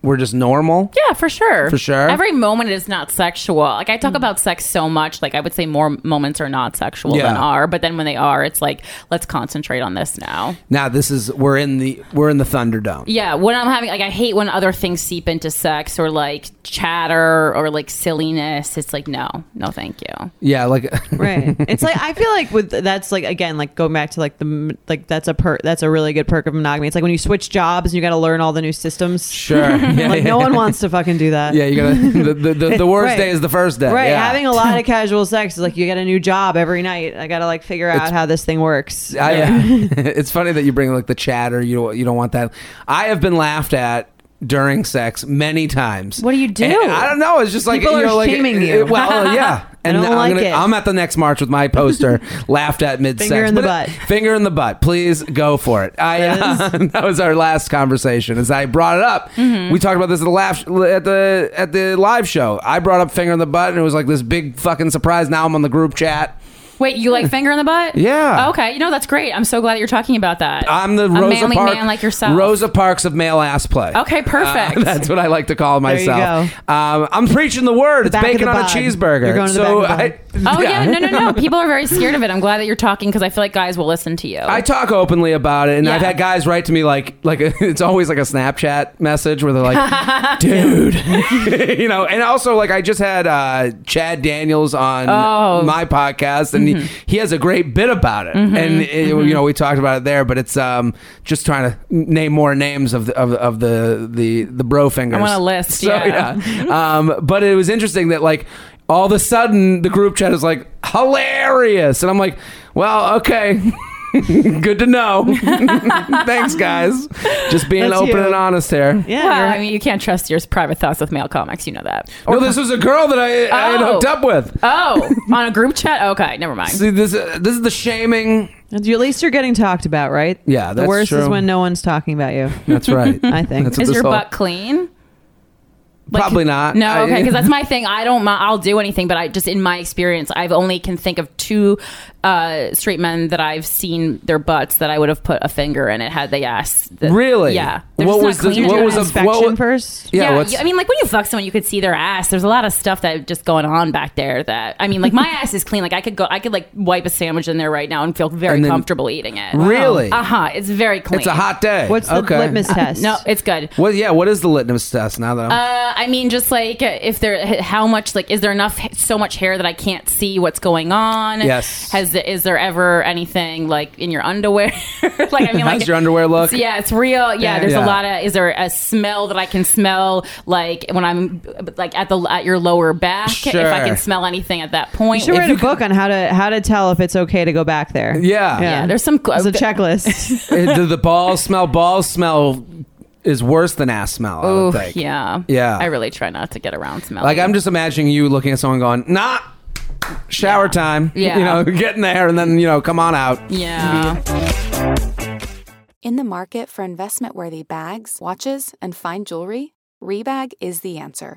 B: we're just normal.
D: Yeah, for sure.
B: For sure.
D: Every moment is not sexual. Like I talk about sex so much, like I would say more moments are not sexual than
B: Yeah.
D: are, but then when they are, it's like let's concentrate on this now.
B: Now this is we're in the we're in the Thunderdome.
D: Yeah, when I'm having like I hate when other things seep into sex or like chatter or like silliness. It's like no, no, thank you.
B: Yeah, like
A: Right. It's like I feel like with that's like again like going back to like the m- like that's a per that's a really good perk of monogamy. It's like when you switch jobs and you got to learn all the new systems.
B: sure. Yeah,
A: Like
B: yeah.
A: no one wants to fucking do that.
B: Yeah, you gotta. The, the, the, the worst
A: Right.
B: day is the first day.
A: Right,
B: yeah.
A: having a lot of casual sex is like you get a new job every night. I gotta like figure out
B: It's-
A: how this thing works.
B: I, it's funny that you bring like the chatter. You don't, you don't want that. I have been laughed at during sex many times.
D: What do you do?
B: And I don't know. It's just like
A: People
B: you
A: are
B: know, like,
A: shaming
B: it-
A: you.
B: it- well, yeah. And
A: don't
B: I'm,
A: like
B: gonna,
A: it.
B: I'm at the next march with my poster. laughed at mid sex.
A: Finger in the butt.
B: Finger in the butt. Please go for it. I, uh, that was our last conversation. As I brought it up,
A: Mm-hmm.
B: we talked about this at the laugh at the at the live show. I brought up finger in the butt, and it was like this big fucking surprise. Now I'm on the group chat.
D: Wait, you like finger in the butt?
B: Yeah.
D: Oh, okay, you know that's great. I'm so glad that you're talking about that.
B: I'm the
D: a
B: Rosa
D: manly
B: Parks
D: man like yourself.
B: Rosa Parks of male ass play.
D: Okay, perfect.
B: Uh, that's what I like to call
A: you
B: myself. Um, I'm preaching the word. it's
A: back of
B: bacon
A: the
B: on a
A: bun.
B: cheeseburger.
A: You're going to the
B: so
A: back
B: I,
D: Oh yeah. no, no, no. People are very scared of it. I'm glad that you're talking because I feel like guys will listen to you.
B: I talk openly about it, and
D: Yeah.
B: I've had guys write to me like, like it's always like a Snapchat message where they're like, "Dude," you know. And also, like, I just had uh, Chad Daniels on
D: Oh. Mm-hmm.
B: my podcast, and he, he has a great bit about it, and it, you know, we talked about it there. But it's um, just trying to name more names of the, of, of the the the bro fingers.
D: I want a list, yeah.
B: um, but it was interesting that like all of a sudden the group chat is like hilarious, and I'm like, well, okay. Good to know. Thanks, guys. Just being
A: That's
B: open
A: you.
B: and honest here.
A: Yeah,
D: Well,
A: you're-
D: I mean, you can't trust your private thoughts with male comics. You know that.
B: No, this was a girl that I, I had
D: Oh.
B: hooked up with.
D: Oh, on a group chat. Okay, never mind.
B: See, this uh, this is the shaming.
A: at least you're getting talked about, right?
B: Yeah,
A: the
B: that's
A: worst is
B: true.
A: when no one's talking about you.
B: That's right.
A: I think.
B: That's what
D: Is
B: this
D: your
B: whole-
D: butt clean? Like-
B: Probably not.
D: No, okay,
B: I-
D: because that's my thing. I don't. mi- I'll do anything, but I just in my experience, I've only can think of two uh, straight men that I've seen their butts that I would have put a finger in it had they asked. that-
B: Really?
D: Yeah.
B: What
D: just not
B: was the-
D: clean
B: what
D: enough.
B: was a-
A: inspection
B: what wa-
A: first.
B: Yeah,
D: Yeah,
B: what's,
D: you- I mean, like when you fuck someone, you could see their ass. There's a lot of stuff that just going on back there. That I mean, like my ass is clean. Like I could go, I could like wipe a sandwich in there right now and feel very
B: And then-
D: comfortable eating it.
B: Really?
D: Uh huh. It's very clean.
B: it's a hot day.
A: What's the
B: okay.
A: litmus test?
D: No, it's good.
B: What? Yeah. What is the litmus test? Now that I'm
D: Uh, I mean, just like uh, if there, how much like is there enough so much hair that I can't see what's going on?
B: Yes.
D: Has is there ever anything like in your underwear? like I mean,
B: how's
D: like
B: your underwear look?
D: Yeah, it's real. Yeah, there's
B: Yeah.
D: a lot of. Is there a smell that I can smell? Like when I'm like at the at your lower back, if I
B: Sure.
D: can smell anything at that point.
A: You should
D: If
A: write a book on how to how to tell if it's okay to go back there.
B: Yeah.
D: Yeah, there's some-
A: There's a checklist.
B: Uh, the, the ball smell. Ball smell is worse than ass smell. I would
D: Ooh,
B: think.
D: yeah,
B: Yeah.
D: I really try not to get around smell.
B: Like I'm just imagining you looking at someone going, nah. Shower time.
D: Yeah.
B: You know, get in there and then, you know, come on out.
D: yeah.
E: In the market for investment worthy bags, watches, and fine jewelry, Rebag is the answer.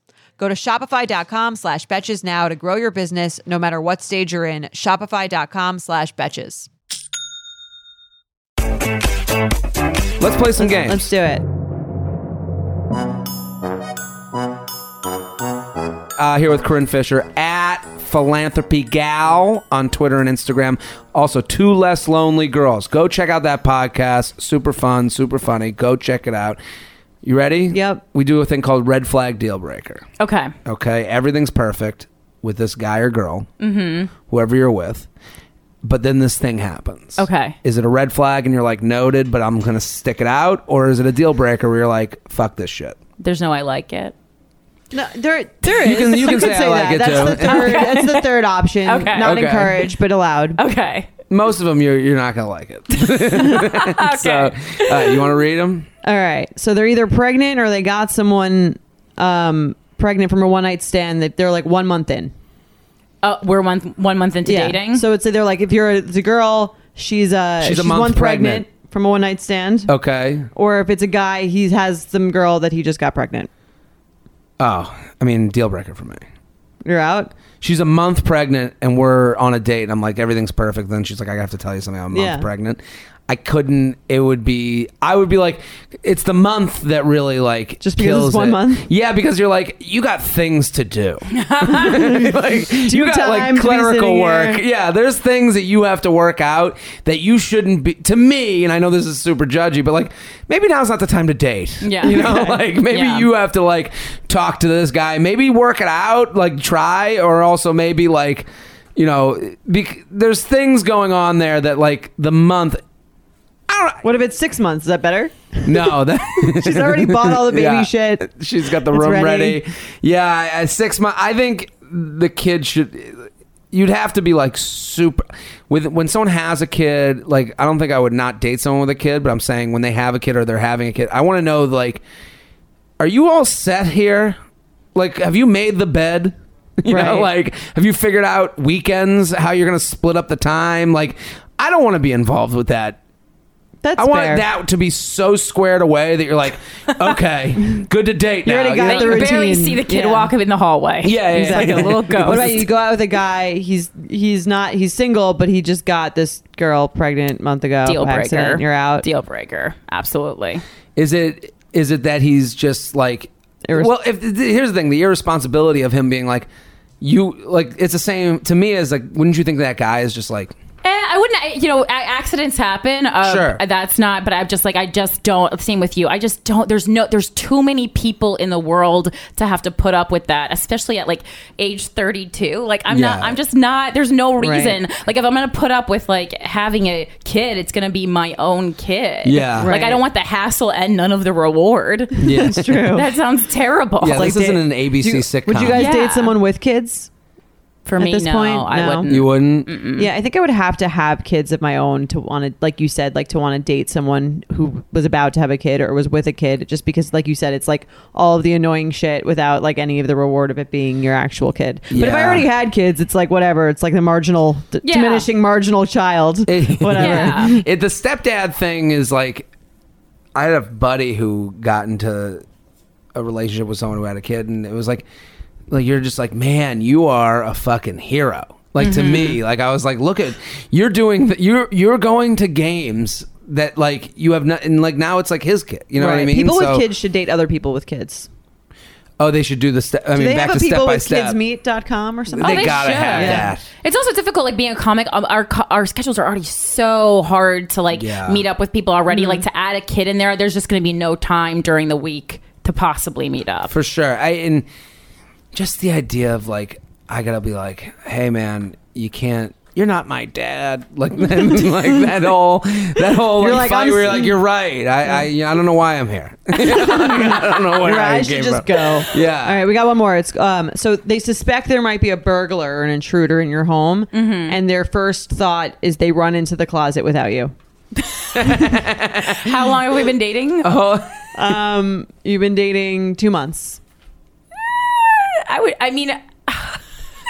C: Go to shopify.com slash betches now to grow your business no matter what stage you're in. Shopify.com slash betches.
B: Let's play some games.
A: Let's do it.
B: uh, here with Corinne Fisher at Philanthropy Gal on Twitter and Instagram. Also, Two Less Lonely Girls. Go check out that podcast. Super fun, super funny. Go check it out. You ready?
A: Yep.
B: We do a thing called Red Flag Deal Breaker.
D: Okay.
B: Okay. Everything's perfect with this guy or girl, mm-hmm. whoever you're with. But then this thing happens.
D: Okay.
B: Is it a red flag and you're like, noted, but I'm going to stick it out? Or is it a deal breaker where you're like, fuck this shit?
D: There's no I like it.
A: No, there, there
B: You
A: is.
B: can- you can say I like it,
A: that's
B: too.
A: The third, that's the third option.
D: Okay.
A: Not
B: Okay.
A: encouraged, but allowed.
D: Okay.
B: Most of them, you're, you're not going to like it.
D: Okay.
B: So, uh, you want to read them?
A: All right. So they're either pregnant or they got someone um, pregnant from a one night stand that they're like one month in.
D: Uh, we're one one month into dating.
A: So it's either like if you're a, it's a girl, she's uh
B: She's
A: she's,
B: a month
A: one
B: pregnant.
A: pregnant. Oh. from a one night stand,
B: Okay.
A: or if it's a guy, he has some girl that he just got pregnant.
B: Oh, I mean, deal breaker for me.
A: You're out.
B: She's a month pregnant, and we're on a date, and I'm like, everything's perfect. Then she's like, I have to tell you something. I'm a month
A: Yeah.
B: pregnant. I couldn't. It would be. I would be like, it's the month that really like
A: Just because
B: kills
A: it's one
B: it.
A: month?
B: Yeah, because you're like, you got things to do. like, you got
A: time
B: like
A: to be
B: clerical
A: sitting
B: work.
A: here.
B: Yeah, there's things that you have to work out that you shouldn't be. To me, and I know this is super judgy, but like maybe now's not the time to date.
D: Yeah.
B: you know,
D: Okay.
B: like maybe
D: Yeah.
B: you have to like talk to this guy, maybe work it out, like try, or also maybe like you know, bec- there's things going on there that like the month. I
A: What if it's six months? Is that better?
B: don't no that.
A: She's already bought all the baby
B: Yeah.
A: shit.
B: She's got the
A: It's
B: room
A: ready.
B: ready. Yeah, at six months. I think the kid should. You'd have to be like super with when someone has a kid. Like, I don't think I would not date someone with a kid, but I'm saying when they have a kid or they're having a kid, I want to know like, are you all set here? Like, have you made the bed? You know,
A: Right.
B: like, have you figured out weekends how you're going to split up the time? Like, I don't want to be involved with that
A: That's
B: I want
A: fair.
B: that to be so squared away that you're like, okay, good to date
A: You
B: now.
A: already got
D: But
B: know?
A: the
D: you barely
A: routine.
D: see the kid
A: Yeah.
D: walk up in the hallway.
B: Yeah, yeah, yeah.
D: He's like a little ghost.
A: What about you? You go out with a guy. He's he's not he's single, but he just got this girl pregnant a month ago.
D: Deal
A: by
D: breaker.
A: accident, You're out.
D: Deal breaker. Absolutely.
B: Is it is it that he's just like?
A: Irres-
B: well, if th- here's the thing, the irresponsibility of him being like, you like it's the same to me as like, wouldn't you think that guy is just like?
D: Eh, I wouldn't, I- you know, a- accidents happen. Uh,
B: Sure.
D: That's not, but I'm just like, I just don't, same with you. I just don't, there's no, there's too many people in the world to have to put up with that, especially at like age 32. Like, I'm not,
B: Yeah.
D: I'm just not, there's no
A: Right.
D: reason. Like, if I'm going to put up with like having a kid, it's going to be my own kid.
B: Yeah.
D: Like,
A: Right.
D: I don't want the hassle and none of the reward.
B: Yeah,
A: That's true.
D: That sounds terrible.
B: yeah.
A: like
B: this isn't
A: da-
B: an ABC
A: Do you-
B: sitcom.
A: Would you guys
D: Yeah.
A: date someone with kids?
D: For
A: At
D: me,
A: this
D: no,
A: point,
D: I
A: no.
D: wouldn't.
B: You wouldn't.
D: Mm.
A: Yeah, I think I would have to have kids of my own to want to, like you said, like to want to date someone who was about to have a kid or was with a kid, just because, like you said, it's like all of the annoying shit without like any of the reward of it being your actual kid. But if I
B: Yeah.
A: already had kids, it's like whatever. It's like the marginal, d-
D: Yeah.
A: diminishing marginal child. whatever.
D: Yeah.
B: It, the stepdad thing is like, I had a buddy who got into a relationship with someone who had a kid, and it was like, like you're just like, man, you are a fucking hero. Like to
A: Mm-hmm.
B: me, like I was like, look at you're doing, th- you're you're going to games that like you have not, and like now it's like his kid. You know what I
A: Right.
B: mean?
A: People
B: So-
A: with kids should date other people with kids.
B: Oh, they should do the step. I
A: Do
B: mean,
A: they
B: back
A: have
B: to
A: a
B: step
A: people
B: by
A: with
B: step.
A: kids meet.com or something?
B: They gotta have
A: Yeah.
B: that.
D: It's also difficult, like being a comic. Um, our co- our schedules are already so hard to like
B: Yeah.
D: meet up with people already. Like to add a kid in there, there's just going to be no time during the week to possibly meet up.
B: for sure. I and just the idea of like I gotta be like, hey man, you can't. You're not my dad. Like, like that whole that whole
A: You're
B: like,
A: like,
B: fight
A: I'm-
B: where you're like you're right. I I, you know, I don't know why I'm here. I don't know where
A: Right,
B: I
A: I
B: came
A: should
B: from.
A: just go.
B: Yeah.
A: All right, we got one more. It's um. So they suspect there might be a burglar or an intruder in your home,
D: Mm-hmm.
A: and their first thought is they run into the closet without you.
D: How long have we been dating?
B: Uh-huh.
A: Um, you've been dating two months.
D: I would. I mean.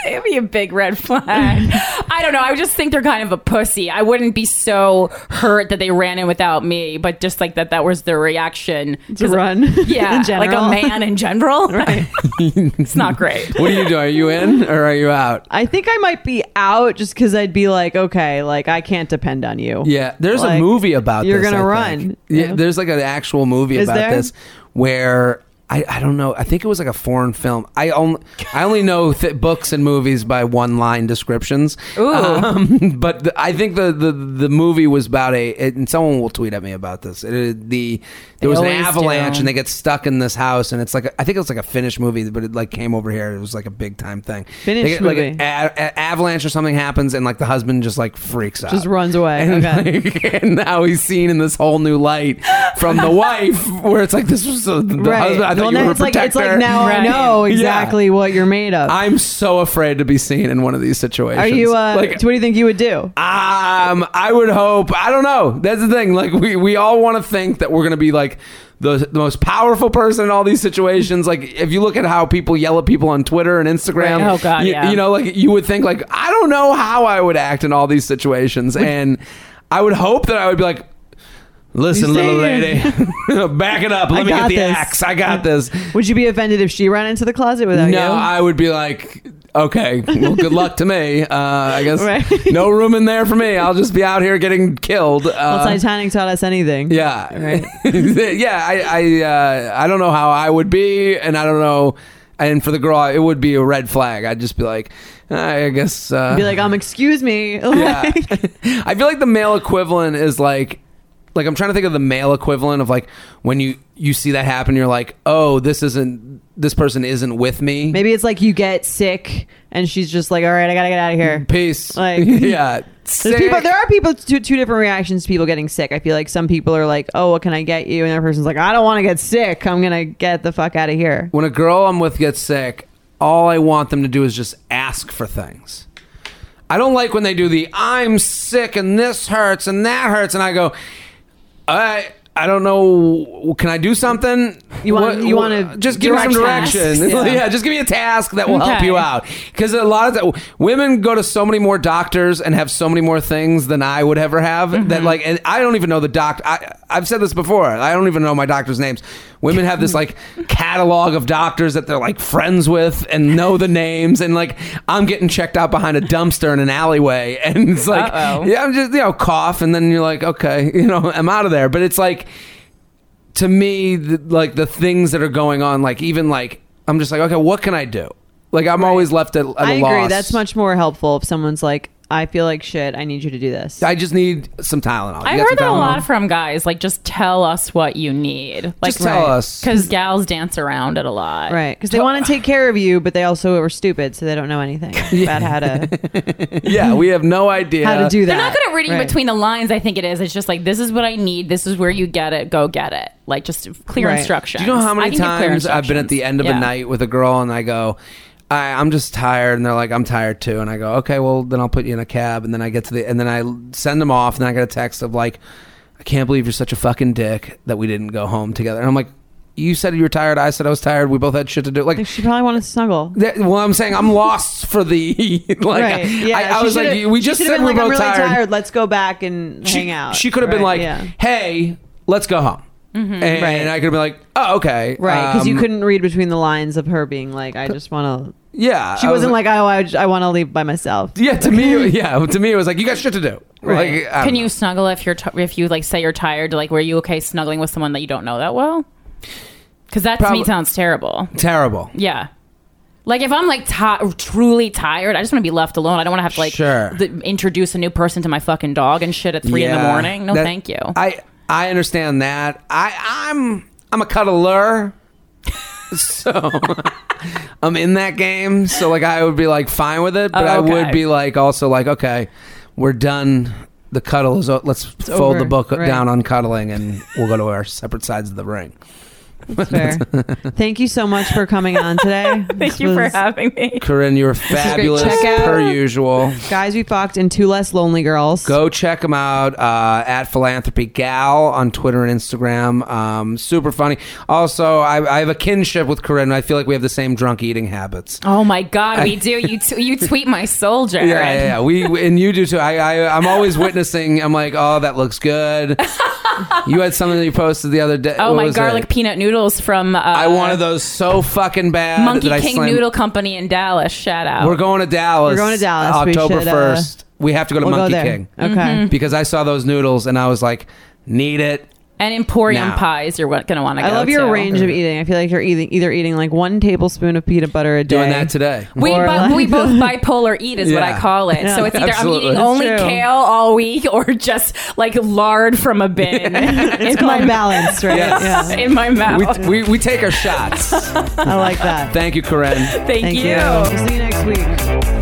D: It'd be a big red flag. I don't know. I would just think they're kind of a pussy. I wouldn't be so hurt that they ran in without me, but just like that—that was their reaction.
A: To
D: 'Cause-
A: run,
D: yeah,
A: in
D: like a
A: general.
D: man in general. Right? it's not great.
B: What do you do? Are you in or are you out?
A: I think I might be out just because I'd be like, okay, like I can't depend on you.
B: Yeah, there's
A: Like,
B: a movie about
A: you're
B: this,
A: gonna
B: I think.
A: run.
B: Yeah,
A: Yeah.
B: there's like an actual movie
A: Is
B: about
A: there?
B: this where I, I don't know. I think it was like a foreign film. I only I only know th- books and movies by one line descriptions. Ooh, um, but the, I think the, the the movie was about a it, and someone will tweet at me about this. It, it- the there was an
D: always
B: avalanche
D: do.
B: and they get stuck in this house and it's like a, I think it was like a Finnish movie, but it like came over here. It was like a big time thing. They
A: Finnish
B: get, like,
A: movie.
B: a- a- avalanche or something happens and like the husband just like freaks out
A: Just runs away.
B: and,
A: Okay.
B: like, and now he's seen in this whole new light from the wife, where it's like this was the, the husband. I thought
A: well,
B: you
A: now
B: were a
A: it's like
B: protector.
A: it's like now I
D: Right.
A: know
B: Yeah.
A: exactly what you're made of.
B: I'm so afraid to be seen in one of these situations.
A: Are you? Uh,
B: like?
A: what do you think you would do?
B: Um, I would hope. I don't know. That's the thing. Like we we all want to think that we're gonna be like the the most powerful person in all these situations. Like if you look at how people yell at people on Twitter and Instagram,
D: Right. Oh, God,
B: you,
D: yeah.
B: you know, like you would think like I don't know how I would act in all these situations, and I would hope that I would be like. Listen,
A: You stay
B: little lady,
A: here."
B: back it up. Let
A: I
B: me get
A: got
B: the
A: this.
B: axe. I got this.
A: Would you be offended if she ran into the closet without
B: No,
A: you?
B: I would be like, okay, well, good luck to me. Uh, I guess
A: Right.
B: no room in there for me. I'll just be out here getting killed. Uh,
A: Well, Titanic taught us anything.
B: yeah, yeah. I, I, uh, I don't know how I would be, and I don't know. And for the girl, it would be a red flag. I'd just be like, I guess. Uh,
A: Be like, um, excuse me.
B: yeah.
A: Like-
B: I feel like the male equivalent is like like I'm trying to think of the male equivalent of like when you you see that happen you're like, "Oh, this isn't this person isn't with me."
A: Maybe it's like you get sick and she's just like, all right, I gotta get out of here.
B: Peace.
A: Like-
B: yeah.
A: There's
B: Sick.
A: people, there are people two, two different reactions to people getting sick. I feel like some people are like, "Oh, what can I get you?" And that person's like, "I don't want to get sick. I'm gonna get the fuck out of here."
B: when a girl I'm with gets sick, all I want them to do is just ask for things. I don't like when they do the I'm sick and this hurts and that hurts and I go, "I I don't know. Can I do something?
A: You want-
B: What-
A: you
B: what-
A: wanna
B: just give me some
D: direct
B: direction.
D: tasks.
B: Yeah.
D: Yeah.
B: just give me a task that will help
D: Okay.
B: you out. Because a lot of the, women go to so many more doctors and have so many more things than I would ever have.
D: Mm-hmm.
B: That like, and I don't even know the doctor. I I've said this before. I don't even know my doctor's names. Women have this like catalog of doctors that they're like friends with and know the names. And like, I'm getting checked out behind a dumpster in an alleyway, and it's like,
D: Uh-oh.
B: yeah, I'm just you know cough, and then you're like, okay, you know, I'm out of there. But it's like to me, the, like the things that are going on, like even like I'm just like, okay, what can I do? Like I'm always left at, at
A: I
B: a
A: agree.
B: loss.
A: That's much more helpful if someone's like, "I feel like shit. I need you to do this."
B: I just need some Tylenol.
D: I
B: You got
D: heard that
B: some
D: a
B: Tylenol?
D: lot from guys. Like, just tell us what you need. Like,
B: Just tell us.
D: because gals dance around it a lot.
A: right? Because they want to take care of you, but they also are stupid, so they don't know anything about how to
B: Yeah, we have no idea
A: how to do that.
D: They're not good at reading
A: Right.
D: between the lines. I think it is. It's just like this is what I need. This is where you get it. Go get it. Like just clear
A: Right.
D: instructions.
B: Do you know how
D: I
B: many
D: can give clear
B: times I've been at the end of a
D: instructions. Yeah.
B: night with a girl and I go, I, I'm just tired, and they're like, I'm tired too, and I go, okay, well then I'll put you in a cab, and then I get to the, and then I send them off, and then I get a text of like, I can't believe you're such a fucking dick that we didn't go home together, and I'm like, you said you were tired, I said I was tired, we both had shit to do, like.
A: She probably wanted to snuggle.
B: That, well, I'm saying I'm lost for the like.
A: right? Yeah.
B: I, I
A: She
B: was like,
A: should've-
B: we
A: she
B: just
A: should've
B: said
A: been
B: we're
A: like,
B: both
A: I'm really
B: tired.
A: tired. Let's go back and
B: She-
A: hang out.
B: She could have been
A: Right,
B: like,
A: yeah. Mm-hmm,
B: "Hey, let's go home," and
A: Right.
B: I could have been like, "Oh, okay,
A: Right, because you
B: Um,
A: couldn't read between the lines of her being like, "I just want to."
B: Yeah,
A: She
B: I was
A: wasn't like, "Oh, I, I want to leave by myself."
B: Yeah, to me, yeah, to me, it was like you got shit to do.
A: Right.
B: Like, I don't
D: Can
B: know.
D: you snuggle if you're t- if you like say you're tired? Like, were you okay snuggling with someone that you don't know that well? Because that to
B: Probably-
D: me sounds terrible.
B: Terrible.
D: Yeah. Like if I'm like ti truly tired, I just want to be left alone. I don't want to have to like
B: Sure.
D: th- introduce a new person to my fucking dog and shit at three in the
B: Yeah.
D: morning. No,
B: That-
D: thank you.
B: I I understand that. I I'm I'm a cuddler, so I'm in that game. So like I would be like fine with it, but I would
D: Oh, Okay.
B: be like also like okay, we're done. The cuddle is. o- Let's fold
A: over,
B: the book
A: right.
B: down on cuddling, and we'll go to our separate sides of the ring.
A: Fair. Thank you so much for coming on today. This
D: thank you for
A: was
D: having me.
B: Corinne, you were fabulous
A: Check out-
B: per usual.
A: Guys, we fucked and two less lonely girls.
B: Go check them out uh, at Philanthropy Gal on Twitter and Instagram. Um, super funny. Also, I, I have a kinship with Corinne. I feel like we have the same drunk eating habits.
D: Oh my god, we do. You t- you tweet my soul, Jared.
B: Yeah, yeah, yeah. We we- and you do too. I, I I'm always witnessing. I'm like, oh, that looks good. You had something that you posted the other day.
D: Oh
B: What
D: my
B: was
D: garlic
B: it?
D: peanut noodles from uh,
B: I wanted those so fucking bad.
D: Monkey
B: that I
D: King
B: slammed-
D: Noodle Company in Dallas. Shout out.
B: We're going to Dallas.
A: We're going to Dallas. We
B: October
A: should, uh,
B: first. we have to go to
A: We'll
B: Monkey
A: go there. Mm-hmm.
B: King
A: Okay.
B: because I saw those noodles and I was like, need it.
D: and Emporium
B: Now.
D: pies. You're going to want to.
A: I love your
D: to.
A: range of eating. I feel like you're eating either eating like one tablespoon of peanut butter a day.
B: Doing that today.
D: We,
A: Or
D: bo-
A: like-
D: we both bipolar eat is what
B: Yeah.
D: I call it.
A: Yeah.
D: So it's either
B: Absolutely.
D: I'm
B: That's
D: eating only
A: true.
D: kale all week or just like lard from a bin.
A: It's
D: it's
A: called balance, right?
B: Yes.
A: Yeah.
D: in my mouth.
B: we, we, we take our shots.
A: I like that.
B: Thank you, Corinne.
D: Thank,
A: Thank you.
D: you.
A: We'll see you next week.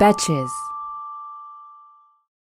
F: Betches.